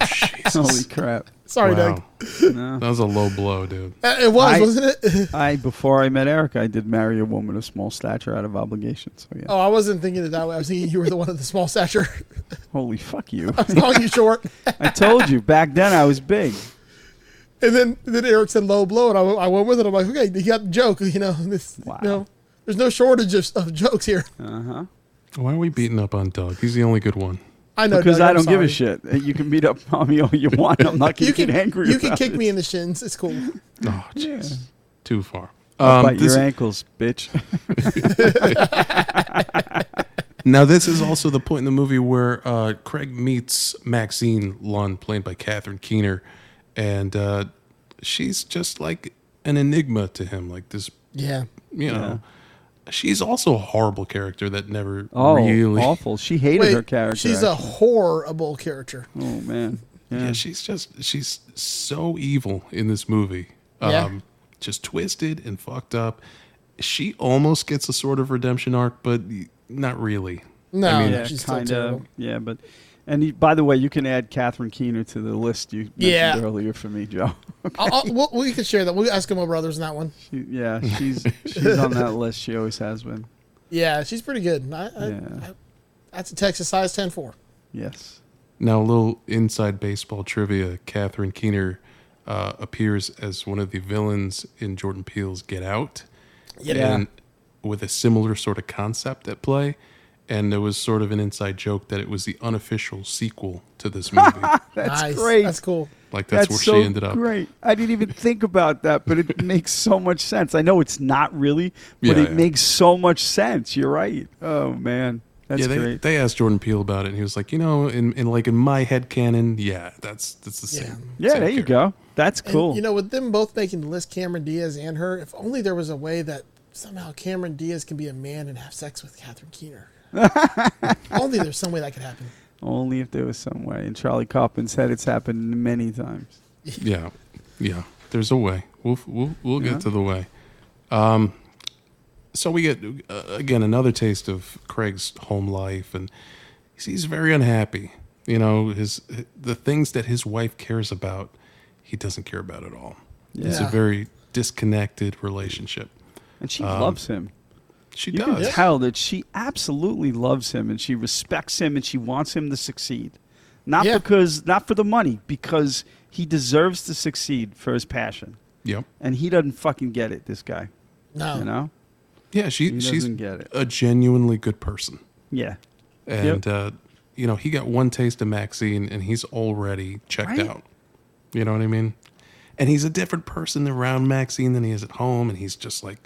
Speaker 1: Oh, jeez.
Speaker 4: Holy crap.
Speaker 3: Sorry,
Speaker 1: Wow.
Speaker 3: Doug.
Speaker 1: That was a low blow, dude.
Speaker 3: Uh, It was,
Speaker 4: I-
Speaker 3: wasn't it?
Speaker 4: I before I met Erica, I did marry a woman of small stature out of obligation. So yeah.
Speaker 3: oh, I wasn't thinking it that way. I was thinking you were the one of the small stature.
Speaker 4: Holy fuck you.
Speaker 3: I was calling you short.
Speaker 4: I told you back then I was big.
Speaker 3: And then then Eric said low blow, and I, went- I went with it. I'm like, okay, you got the joke. You know, this.
Speaker 4: Wow.
Speaker 3: You know, there's no shortage of, of jokes here.
Speaker 1: Why are we beating up on Doug? He's the only good one.
Speaker 3: I know
Speaker 4: Because
Speaker 3: Doug,
Speaker 4: I
Speaker 3: I'm
Speaker 4: don't give a
Speaker 3: sorry.
Speaker 4: shit. You can beat up on me all you want. I'm not gonna
Speaker 3: you can
Speaker 4: get angry.
Speaker 3: You can
Speaker 4: about
Speaker 3: kick
Speaker 4: it.
Speaker 3: me in the shins. It's cool.
Speaker 1: Oh, jeez. Too far.
Speaker 4: I'll
Speaker 1: Um,
Speaker 4: bite
Speaker 1: this-
Speaker 4: your ankles, bitch.
Speaker 1: now, this is also the point in the movie where uh, Craig meets Maxine Lund, played by Katherine Keener, and uh, she's just like an enigma to him. Like this,
Speaker 3: Yeah.
Speaker 1: you know, she's also a horrible character that never
Speaker 4: Oh,
Speaker 1: really.
Speaker 4: awful. She hated
Speaker 3: Wait,
Speaker 4: her character.
Speaker 3: she's a horrible character.
Speaker 4: actually. Oh man. Yeah.
Speaker 1: Yeah, she's just she's so evil in this movie. Um
Speaker 3: Yeah.
Speaker 1: just twisted and fucked up. She almost gets a sort of redemption arc, but not really.
Speaker 3: No,
Speaker 4: yeah,
Speaker 3: she's still
Speaker 4: kind
Speaker 3: terrible.
Speaker 4: of. Yeah, but And you, by the way, you can add Catherine Keener to the list you
Speaker 3: Yeah.
Speaker 4: mentioned earlier for me, Joe.
Speaker 3: I'll, I'll, we'll, we can share that. We'll ask Eskimo Brothers in that one.
Speaker 4: She- yeah, she's she's on that list. She always has been.
Speaker 3: Yeah, she's pretty good. I, I,
Speaker 4: Yeah.
Speaker 3: I- that's a Texas size 10 4.
Speaker 4: Yes.
Speaker 1: Now, a little inside baseball trivia: Catherine Keener uh, appears as one of the villains in Jordan Peele's Get Out,
Speaker 3: Yeah.
Speaker 1: and with a similar sort of concept at play. And there was sort of an inside joke that it was the unofficial sequel to this movie.
Speaker 4: That's
Speaker 3: nice.
Speaker 4: great.
Speaker 3: That's cool.
Speaker 1: like that's, where
Speaker 4: so
Speaker 1: she ended up.
Speaker 4: Great. I didn't even think about that, but it makes so much sense. I know it's not really, but
Speaker 1: Yeah,
Speaker 4: it
Speaker 1: yeah.
Speaker 4: makes so much sense. You're right. Oh man, that's
Speaker 1: yeah, they,
Speaker 4: great.
Speaker 1: they asked Jordan Peele about it, and he was like, you know, in, in like in my head canon, yeah, that's that's the
Speaker 3: Yeah.
Speaker 1: same.
Speaker 4: yeah,
Speaker 1: same
Speaker 4: there you
Speaker 1: character.
Speaker 4: go. That's
Speaker 3: And,
Speaker 4: cool.
Speaker 3: You know, with them both making the list, Cameron Diaz and her, if only there was a way that somehow Cameron Diaz can be a man and have sex with Catherine Keener. only there's some way that could happen.
Speaker 4: Only if there was some way. And Charlie Coppin said it's happened many times.
Speaker 1: Yeah, yeah. There's a way. We'll we'll, we'll get to the way. Um, so we get uh, again another taste of Craig's home life, and he's, he's very unhappy. You know, his the things that his wife cares about, he doesn't care about at all. It's a
Speaker 3: Yeah.
Speaker 1: very disconnected relationship.
Speaker 4: And she loves him.
Speaker 1: She
Speaker 4: You
Speaker 1: Um, does.
Speaker 4: can tell that she absolutely loves him and she respects him and she wants him to succeed. Not
Speaker 3: Yeah.
Speaker 4: because not for the money, because he deserves to succeed for his passion.
Speaker 1: Yep.
Speaker 4: And he doesn't fucking get it, this guy.
Speaker 3: No.
Speaker 4: You know?
Speaker 1: Yeah, she
Speaker 4: He
Speaker 1: she's
Speaker 4: doesn't get it.
Speaker 1: a genuinely good person.
Speaker 4: Yeah.
Speaker 1: and uh, you know he got one taste of Maxine, and he's already checked
Speaker 4: Right.
Speaker 1: out. You know what I mean? And he's a different person around Maxine than he is at home, and he's just like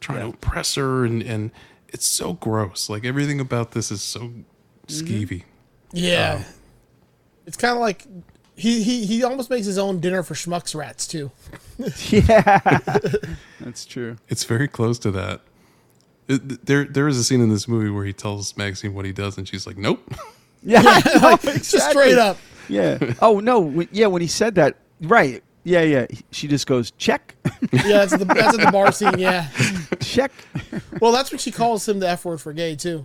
Speaker 1: trying to impress her, and and it's so gross. Like everything about this is so
Speaker 4: Mm-hmm.
Speaker 1: skeevy.
Speaker 3: Yeah. Um, It's kind of like he, he, he almost makes his own dinner for schmucks rats, too.
Speaker 4: Yeah. That's true.
Speaker 1: It's very close to that. It- th- There, there is a scene in this movie where he tells Maxine what he does, and she's like, "Nope."
Speaker 4: Yeah.
Speaker 3: Like, Just straight up.
Speaker 4: Yeah. Oh no, when, yeah, when he said that, right. Yeah, yeah. She just goes, check,
Speaker 3: Yeah, that's, the, that's at the bar scene. Yeah.
Speaker 4: check.
Speaker 3: Well, that's when she calls him the F word for gay, too.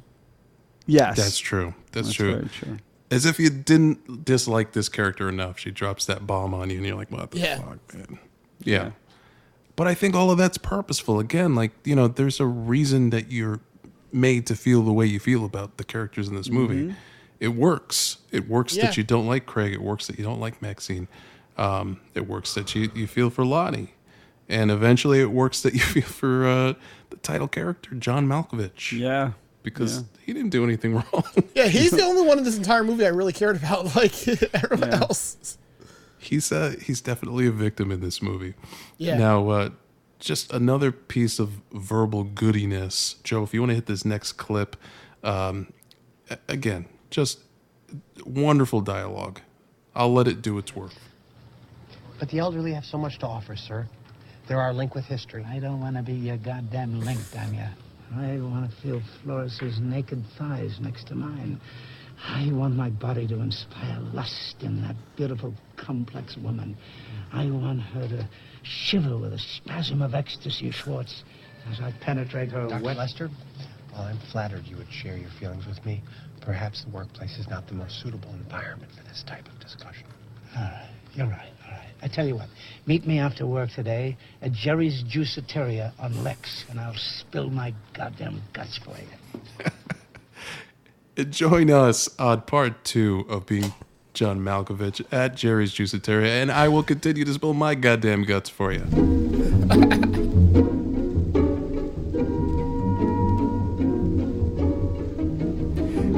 Speaker 4: Yes.
Speaker 1: That's true. That's,
Speaker 4: That's
Speaker 1: true.
Speaker 4: very true.
Speaker 1: As if you didn't dislike this character enough, she drops that bomb on you, and you're like, "What the
Speaker 3: Yeah.
Speaker 1: fuck, man?" Yeah. But I think all of that's purposeful. Again, like you know, there's a reason that you're made to feel the way you feel about the characters in this movie.
Speaker 4: Mm-hmm.
Speaker 1: It works. It works
Speaker 3: Yeah.
Speaker 1: that you don't like Craig. It works that you don't like Maxine. Um, it works that you you feel for Lonnie, and eventually it works that you feel for uh, the title character John Malkovich.
Speaker 4: Yeah.
Speaker 1: Because
Speaker 4: Yeah.
Speaker 1: he didn't do anything wrong.
Speaker 3: Yeah, he's the only one in this entire movie I really cared about. Like everyone
Speaker 4: Yeah.
Speaker 3: else.
Speaker 1: he's uh he's definitely a victim in this movie.
Speaker 3: Yeah.
Speaker 1: Now, uh, just another piece of verbal goodiness, Joe. If you want to hit this next clip, um, a- again, just wonderful dialogue. I'll let it do its work.
Speaker 6: But the elderly have so much to offer, sir. They're our link with history.
Speaker 9: I don't want to be your goddamn link, damn you. I want to feel Floris's naked thighs next to mine. I want my body to inspire lust in that beautiful, complex woman. I want her to shiver with a spasm of ecstasy, Schwartz, as I penetrate her
Speaker 6: Dr.
Speaker 9: wet...
Speaker 6: Lester, while I'm flattered you would share your feelings with me, perhaps the workplace is not the most suitable environment for this type of discussion.
Speaker 9: All right, you're right, all right. I tell you what, meet me after work today at Jerry's Juiceteria on Lex, and I'll spill my goddamn guts for you.
Speaker 1: Join us on part two of being John Malkovich at Jerry's Juiceteria, and I will continue to spill my goddamn guts for you.